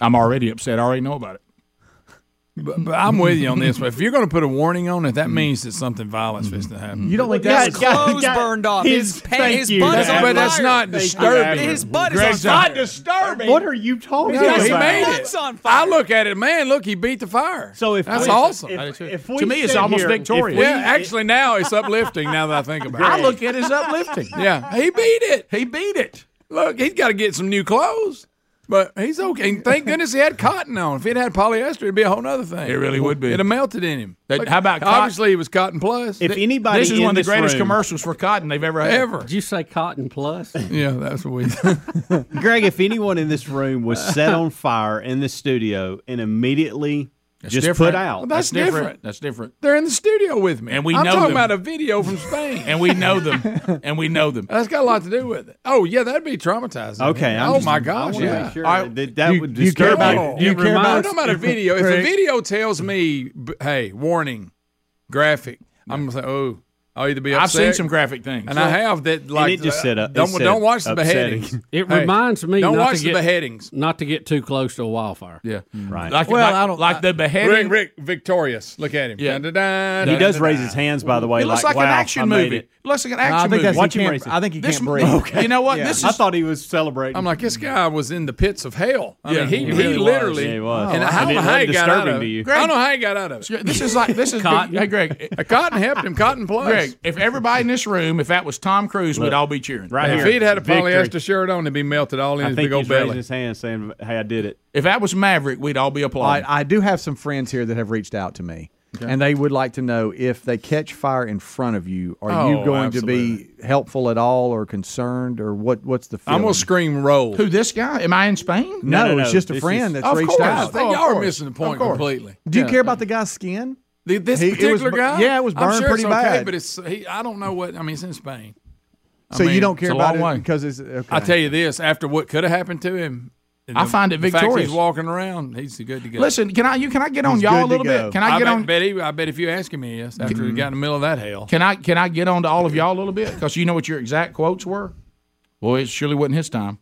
A: I'm already upset. I already know about it.
C: but, but I'm with you on this. But if you're going to put a warning on it, that means that something violent's fixing to happen.
G: You don't like
C: that?
G: His clothes burned off. His pa- his butt is on
C: But that's
G: fire.
C: not
G: Thank you,
C: disturbing.
G: Adam. His butt is
C: Greg's
G: on
C: not
G: fire.
C: disturbing.
F: What are you talking
C: No, he
F: about?
C: made
F: His
C: it. I look at it, man. Look, he beat the fire.
F: So if
C: that's
F: we-
C: awesome.
F: if- I do too. if we
C: to me, it's
F: sit
C: almost
F: here- if
C: victorious.
F: we-
C: yeah, actually, now it's uplifting. Now that I think about it,
A: I look at it as [laughs] uplifting.
C: Yeah, he beat it. He beat it. Look, he's got to get some new clothes, but he's okay. And thank goodness he had cotton on. If he'd had polyester, it'd be a whole other thing.
A: It really would be.
C: It'd have melted in him.
A: That- how about cotton?
C: obviously it was cotton plus?
A: Th- this is one of the greatest commercials for cotton they've ever had.
C: Ever.
D: Did you say cotton plus?
C: yeah, that's what we.
F: Greg, if anyone in this room was set on fire in the studio and immediately
A: That's
F: just
A: different.
F: put out,
C: Well, that's
A: different.
C: different.
A: That's different.
C: They're in the studio with me,
A: And we
C: I'm
A: know
C: talking
A: them.
C: about a video from Spain,
A: And we know
F: [laughs]
A: them. and we know them.
C: That's got a lot to do with it. Oh yeah, that'd be traumatizing.
A: Okay, I'm
C: oh
A: just-
C: my
A: I
C: gosh.
A: wanna
C: Yeah.
A: make sure
C: All right.
F: that- that You- would you
A: disturb care about- me. you
C: It
A: care about-
C: reminds- I'm talking about a video. If a
A: Rick.
C: video tells me, b- hey, warning, graphic, I'm gonna say, oh, I'll either be.
A: I've
C: Upset,
A: seen some graphic things.
C: and I have that. Like
A: uh,
C: Don't don't watch the beheadings.
A: [laughs]
D: [laughs] It
C: Hey,
D: reminds me
C: Don't
D: not
C: watch
D: to
C: the
D: get-
C: beheadings.
D: Not to get too close to a wildfire.
A: Yeah,
F: right.
A: Like- like- like the beheading-
C: Rick, Rick victorious. Look at him.
A: Yeah.
C: Da-da-da,
F: He does
C: da-da-da.
F: raise his hands, by the way.
C: It looks like an
F: wow,
C: action
F: I made
C: movie.
F: It.
C: It looks like an No, I action think movie. that's- he
F: Watch him
C: can't-
F: raise it.
C: I think he This can't m- breathe.
F: Okay.
C: You know what? Yeah. This
F: I
C: is-
F: thought he was celebrating.
C: I'm like, this guy was in the pits of hell. I
F: Yeah,
C: mean, he,
F: he
C: he,
F: really was.
C: literally.
F: Yeah, he was.
C: And
F: Oh,
C: I
F: wow.
C: don't know
F: It
C: how he
F: wasn't
C: got out
F: disturbing
C: of
F: to you.
C: it. I don't know how he got out of [laughs] it.
A: This is like this is
C: Cotton.
A: Hey, Greg.
C: Cotton helped him. Cotton plus.
A: Greg, if everybody in this room, if that was Tom Cruise, we'd all be cheering.
C: If he'd had a polyester shirt on, it'd be melted all in
F: I
C: his
F: think
C: big old
F: he's raising
C: belly.
F: his hand, saying, "Hey, I did it."
A: If that was Maverick, we'd all be applauding.
G: I, I do have some friends here that have reached out to me,
A: Okay.
G: and they would like to know if they catch fire in front of you, are
C: Oh,
G: you going to be helpful at all or concerned or what? What's the feeling?
C: I'm gonna scream roll.
A: Who this guy? Am I in Spain?
G: No, No, no, it's no. just a This friend is- that's
A: Of
G: reached
A: course.
G: out.
A: Oh,
C: I think
A: of
C: y'all are
A: course.
C: missing the point
A: Of course.
C: completely.
G: Do you
C: Yeah.
G: care about the guy's skin?
C: The- this
G: He- it was
C: particular
G: bu-
C: guy?
G: yeah, it was
C: I'm
G: burned
C: sure
G: pretty
C: it's okay,
G: bad.
C: But it's he, I don't know what I mean. It's in Spain. I
G: So you
C: mean,
G: don't care
C: it's a long
G: about it
C: way.
G: because it's. Okay.
C: I tell you this: after what could have happened to him,
A: I find it
C: the fact
A: victorious.
C: he's walking around. He's good to go.
A: Listen, can I you can I get on y'all a little bit? Can I get
C: bet,
A: on?
C: Bet he, I bet if you ask him, yes. After he got in the middle of that hell,
A: Can I can I get on to all of y'all a little bit? Because you know what your exact quotes were. Boy, it surely wasn't his time.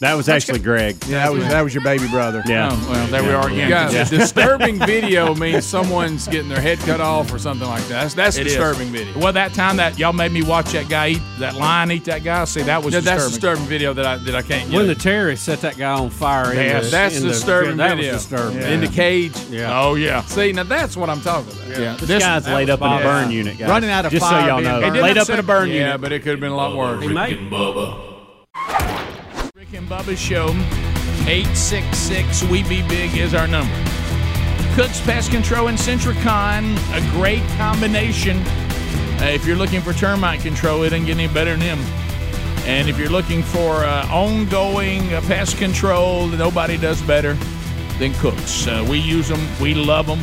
F: That was actually Greg.
G: Yeah, that was that was your baby brother.
F: Yeah.
A: Oh, well, there we are again.
C: Guys,
A: Yeah.
C: disturbing video means someone's getting their head cut off or something like that. That's, that's
A: It is.
C: disturbing video.
A: Well, that time that y'all made me watch that guy eat that lion eat that guy. See, that was
C: Yeah,
A: disturbing.
C: that's disturbing video that I that I can't get.
D: When the terrorists set that guy on fire, in
C: Yeah,
D: the- [laughs]
C: that's
D: in the-
C: disturbing
D: That
C: video.
D: was disturbing.
C: In the cage.
D: Yeah.
A: Oh yeah.
C: See, now that's what I'm talking about.
A: Yeah.
F: This guy's laid up in a burn unit, guys.
C: Running out of
F: Just so
C: fire
F: y'all
C: being
F: know.
C: burned. It
F: Laid
C: didn't
F: up in a
C: say-
F: burn
C: yeah,
F: unit.
C: Yeah, but it could have been a lot worse.
E: Rick and Bubba.
A: Rick and Bubba's show, 866 We Be Big is our number. Cook's Pest Control and Centricon, a great combination. Uh, if you're looking for termite control, it doesn't get any better than them. And if you're looking for uh, ongoing uh, pest control that nobody does better than Cook's, uh, we use them, we love them.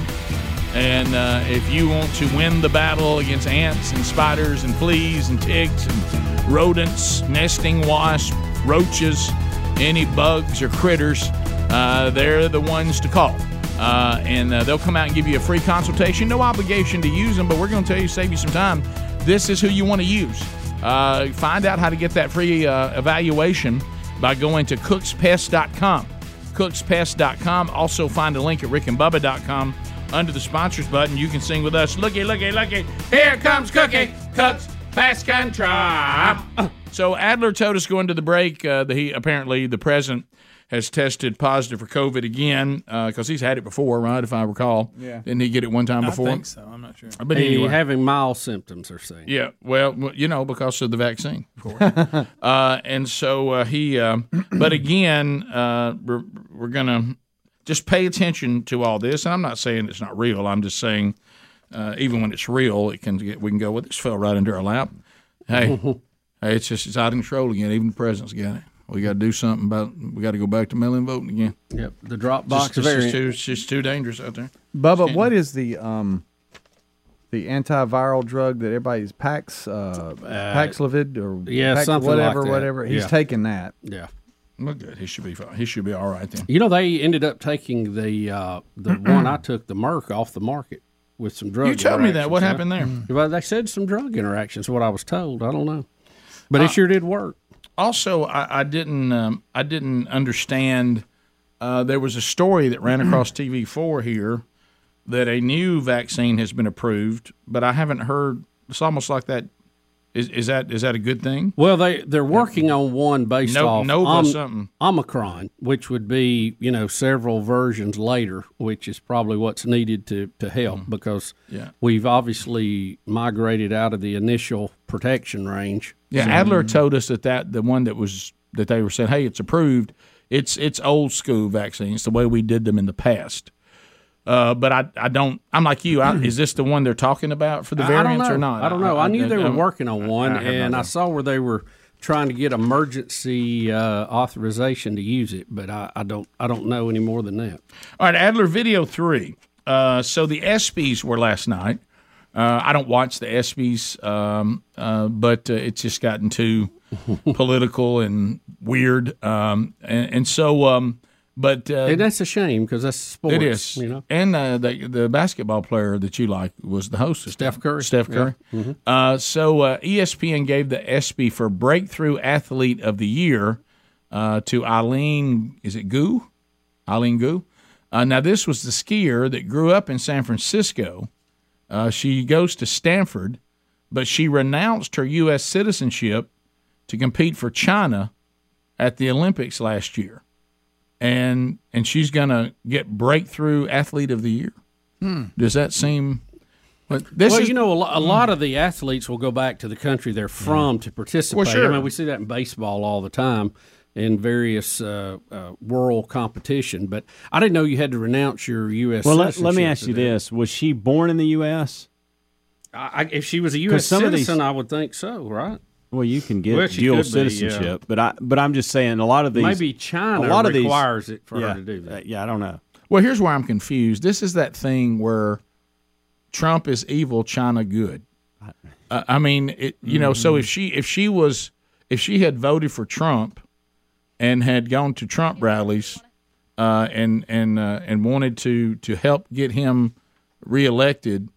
A: And uh, if you want to win the battle against ants and spiders and fleas and ticks and rodents, nesting wasps, roaches, any bugs or critters, uh, they're the ones to call. Uh, and uh, they'll come out and give you a free consultation. No obligation to use them, but we're going to tell you, save you some time. This is who you want to use. Uh, find out how to get that free uh, evaluation by going to cookspest.com cookspest.com. Also, find a link at rickandbubba.com under the sponsors button. You can sing with us. Looky, looky, looky. Here comes Cookie. Cooks Pest Control. So, Adler told us going to the break uh, that he apparently, the president, has tested positive for COVID again because he's had it before, right? If I recall.
C: Yeah.
A: Didn't he get it one time
C: I
A: before?
C: think so. I'm not sure.
A: But
D: He
A: anyway.
D: having mild symptoms or saying.
A: Yeah, well, well, you know, because of the vaccine, of course. [laughs] uh, and so uh, he, uh, [clears throat] but again, uh, we're, we're going to just pay attention to all this. And I'm not saying it's not real. I'm just saying, uh, even when it's real, it can get, we can go, well, this fell right into our lap. Hey, hey, it's just it's out of control again. Even the president's got it. We got to do something about. We got to go back to mail-in voting again.
D: Yep, the drop
G: box
A: Just, it's, just
G: variant.
A: too, it's just too dangerous out there.
G: Bubba, what is the um the antiviral drug that everybody's Pax uh, Paxlovid or
D: yeah,
G: Pax-
D: something like
G: whatever
D: that.
G: whatever he's
D: Yeah.
G: taking that.
D: Yeah.
A: Well, good. He should be fine. He should be all right then.
D: You know, they ended up taking the uh, the one I took, the Merck, off the market with some drug.
A: You told me that. What
D: interactions, huh? Mm.
A: happened
D: Well, they said some drug interactions. What I was told, I don't know, but it sure did work.
A: Uh, Also, I, I didn't um, I didn't understand. Uh, there was a story that ran
D: [clears throat]
A: across TV four here that a new vaccine has been approved, but I haven't heard. It's almost like that. Is, is that is that a good thing?
D: Well, they they're working on one based
A: No-
D: off um,
A: Nova something.
D: Omicron, which would be you know several versions later, which is probably what's needed to to help because
A: Mm-hmm. Yeah.
D: we've obviously migrated out of the initial protection range.
A: Yeah,
D: So- Mm-hmm.
A: Adler told us that that the one that was that they were saying, hey, it's approved. It's it's old school vaccines, the way we did them in the past. Uh, but I, I don't. I'm like you.
D: [clears throat]
A: I, is this the one they're talking about for the
D: I- I don't
A: variants
D: know.
A: or not?
D: I don't know. I, knew they were
A: I'm-
D: working on one,
A: I have no
D: and I
A: idea.
D: saw where they were trying to get emergency uh, authorization to use it, but I, I don't I don't know any more than that.
A: All right, Adler Video 3. Uh, so the ESPYs were last night. Uh, I don't watch the ESPYs, um, uh, but uh, it's just gotten
D: [laughs]
A: too political and weird. Um, and, and so, um, but uh,
D: And that's a shame because that's sports.
A: it is.
D: You know,
A: And uh, the, the basketball player that you like was the host. of
D: Steph Curry.
A: Steph
D: Yeah.
A: Curry.
D: Mhm.
A: Uh, so uh, ESPN gave the ESPY for Breakthrough Athlete of the Year uh, to Eileen, is it Goo? Eileen Goo. Uh, now, this was the skier that grew up in San Francisco. Uh, she goes to Stanford, but she renounced her U.S. citizenship to compete for China at the Olympics last year. And and she's gonna get breakthrough athlete of the year.
D: Hmm.
A: Does that seem? But this
D: well,
A: is
D: you know, a, lo- a lot of the athletes will go back to the country they're
F: Mm-hmm.
D: from to participate.
A: Well, sure.
D: I mean, we see that in baseball all the time in various uh, uh, world competition. But I didn't know you had to renounce your U.S.
F: Well, let, let me
D: citizenship
F: ask
D: to
F: you
D: do it.
F: this: Was she born in the U.S.?
D: I, I- if she was a
F: 'Cause
D: U.S.
F: some of
D: citizen,
F: these-
D: I would think so, right?
F: Well, you can get
D: Well, she
F: dual
D: could be, yeah.
F: citizenship, but I but I'm just saying a lot of these
D: Maybe China
F: a lot of these-
D: requires it for her
F: yeah,
D: to do
F: uh, yeah, I don't know.
A: well. Here's where I'm confused. This is that thing where Trump is evil, China good. Uh, I mean, it, you know. So
G: Mm-hmm.
A: if she if she was if she had voted for Trump and had gone to Trump rallies uh, and and uh, and wanted to to help get him reelected,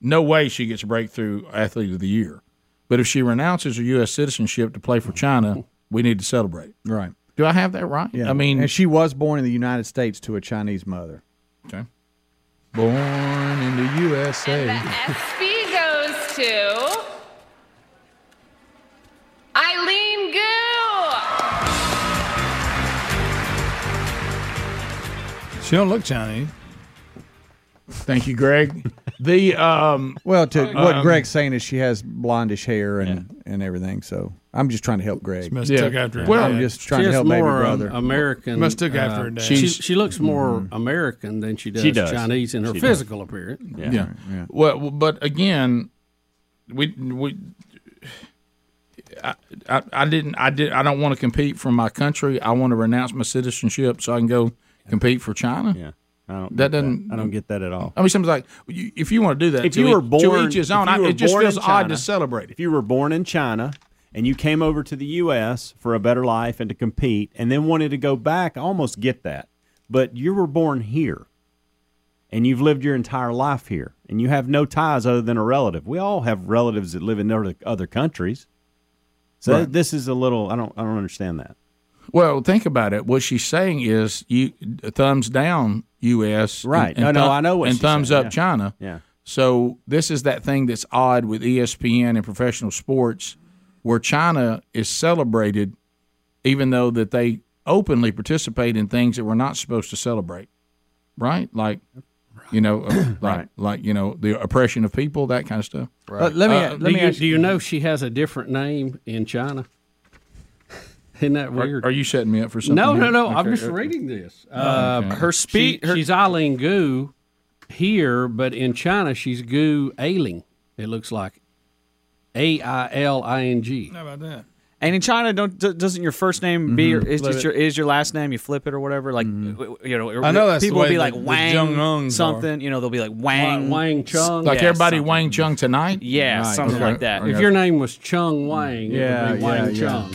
A: no way she gets breakthrough athlete of the year. But if she renounces her U.S. citizenship to play for China, we need to celebrate.
G: Right.
A: Do I have that right?
G: Yeah.
A: I mean,
G: and she was born in the United States to a Chinese mother.
A: Okay.
G: Born in the USA.
O: SB goes to Eileen Goo.
C: She don't look Chinese.
A: Thank you, Greg. The um,
G: well, to what
C: Um,
G: Greg's saying is she has blondish hair and, and everything. So I'm just trying to help Greg.
C: Must have took after her
G: well, I'm
C: dad.
G: just
C: She
G: trying to
C: has
G: help baby
C: more,
G: brother.
C: um,
D: American.
C: Must have got
D: uh,
C: for a day.
D: She,
C: She's-
D: she looks more American than she does,
A: She does.
D: Chinese in her
A: She does.
D: physical appearance.
A: Yeah. Well, well, but again, we we. I, I, I didn't I did I don't want to compete for my country. I want to renounce my citizenship so I can go compete for China. Yeah,
F: I don't
A: that
F: get
A: doesn't
F: I don't get that at all.
A: I mean, something's like you- if you want to do that,
F: if
A: to
F: you
A: each-
F: were born,
A: to each his own.
F: if
A: I,
F: you were
A: it just
F: born in
A: feels odd
F: China-
A: to celebrate it.
F: If you were born in China and you came over to the U.S. for a better life and to compete, and then wanted to go back, I almost get that. But you were born here, and you've lived your entire life here, and you have no ties other than a relative. We all have relatives that live in other, other countries. So
A: Right.
F: this is a little. I don't. I don't understand that.
A: Well, think about it. What she's saying is you thumbs down U.S.
F: Right.
A: And, and
F: No, no,
A: thu-
F: I know what
A: and
F: she's
A: thumbs
F: saying.
A: up
F: Yeah.
A: China.
F: Yeah.
A: So this is that thing that's odd with E ESPN and professional sports, where China is celebrated, even though that they openly participate in things that we're not supposed to celebrate. Right. Like. You know, uh,
D: [clears throat]
A: like, like you know, the oppression of people, that kind of stuff. Uh,
D: do you, do you know she has a different name in China? [laughs] Isn't that
A: Are-
D: weird?
A: Are, you setting me up for something?
D: No,
A: here?
D: no, no. I'm
A: Okay,
D: just
A: uh,
D: reading this.
A: Oh,
D: Uh,
A: okay.
D: Her speech. she's Eileen Gu here, but in China she's Gu Ailing. It looks like A I L I N G.
C: How about that?
J: And in China, don't d- doesn't your first name be
D: Mhm.
J: or is,
D: Flip
J: just
D: it.
J: your, is your last name? You flip it or whatever. Like
D: Mm-hmm.
J: w- you know,
A: I know that's the
J: people will
A: way
J: be like
A: the- the
J: Wang
A: Jong-uns are.
J: something. You know, they'll be like Wang
D: Wang Chung.
A: Like
J: Yeah,
A: everybody,
D: Uh,
J: something.
A: Wang Chung tonight.
J: Yeah,
A: Right.
J: something
A: Okay.
J: like that.
A: Okay.
D: If your name was Chung Wang, it
A: Yeah,
D: would be Wang
A: yeah, yeah.
D: Chung.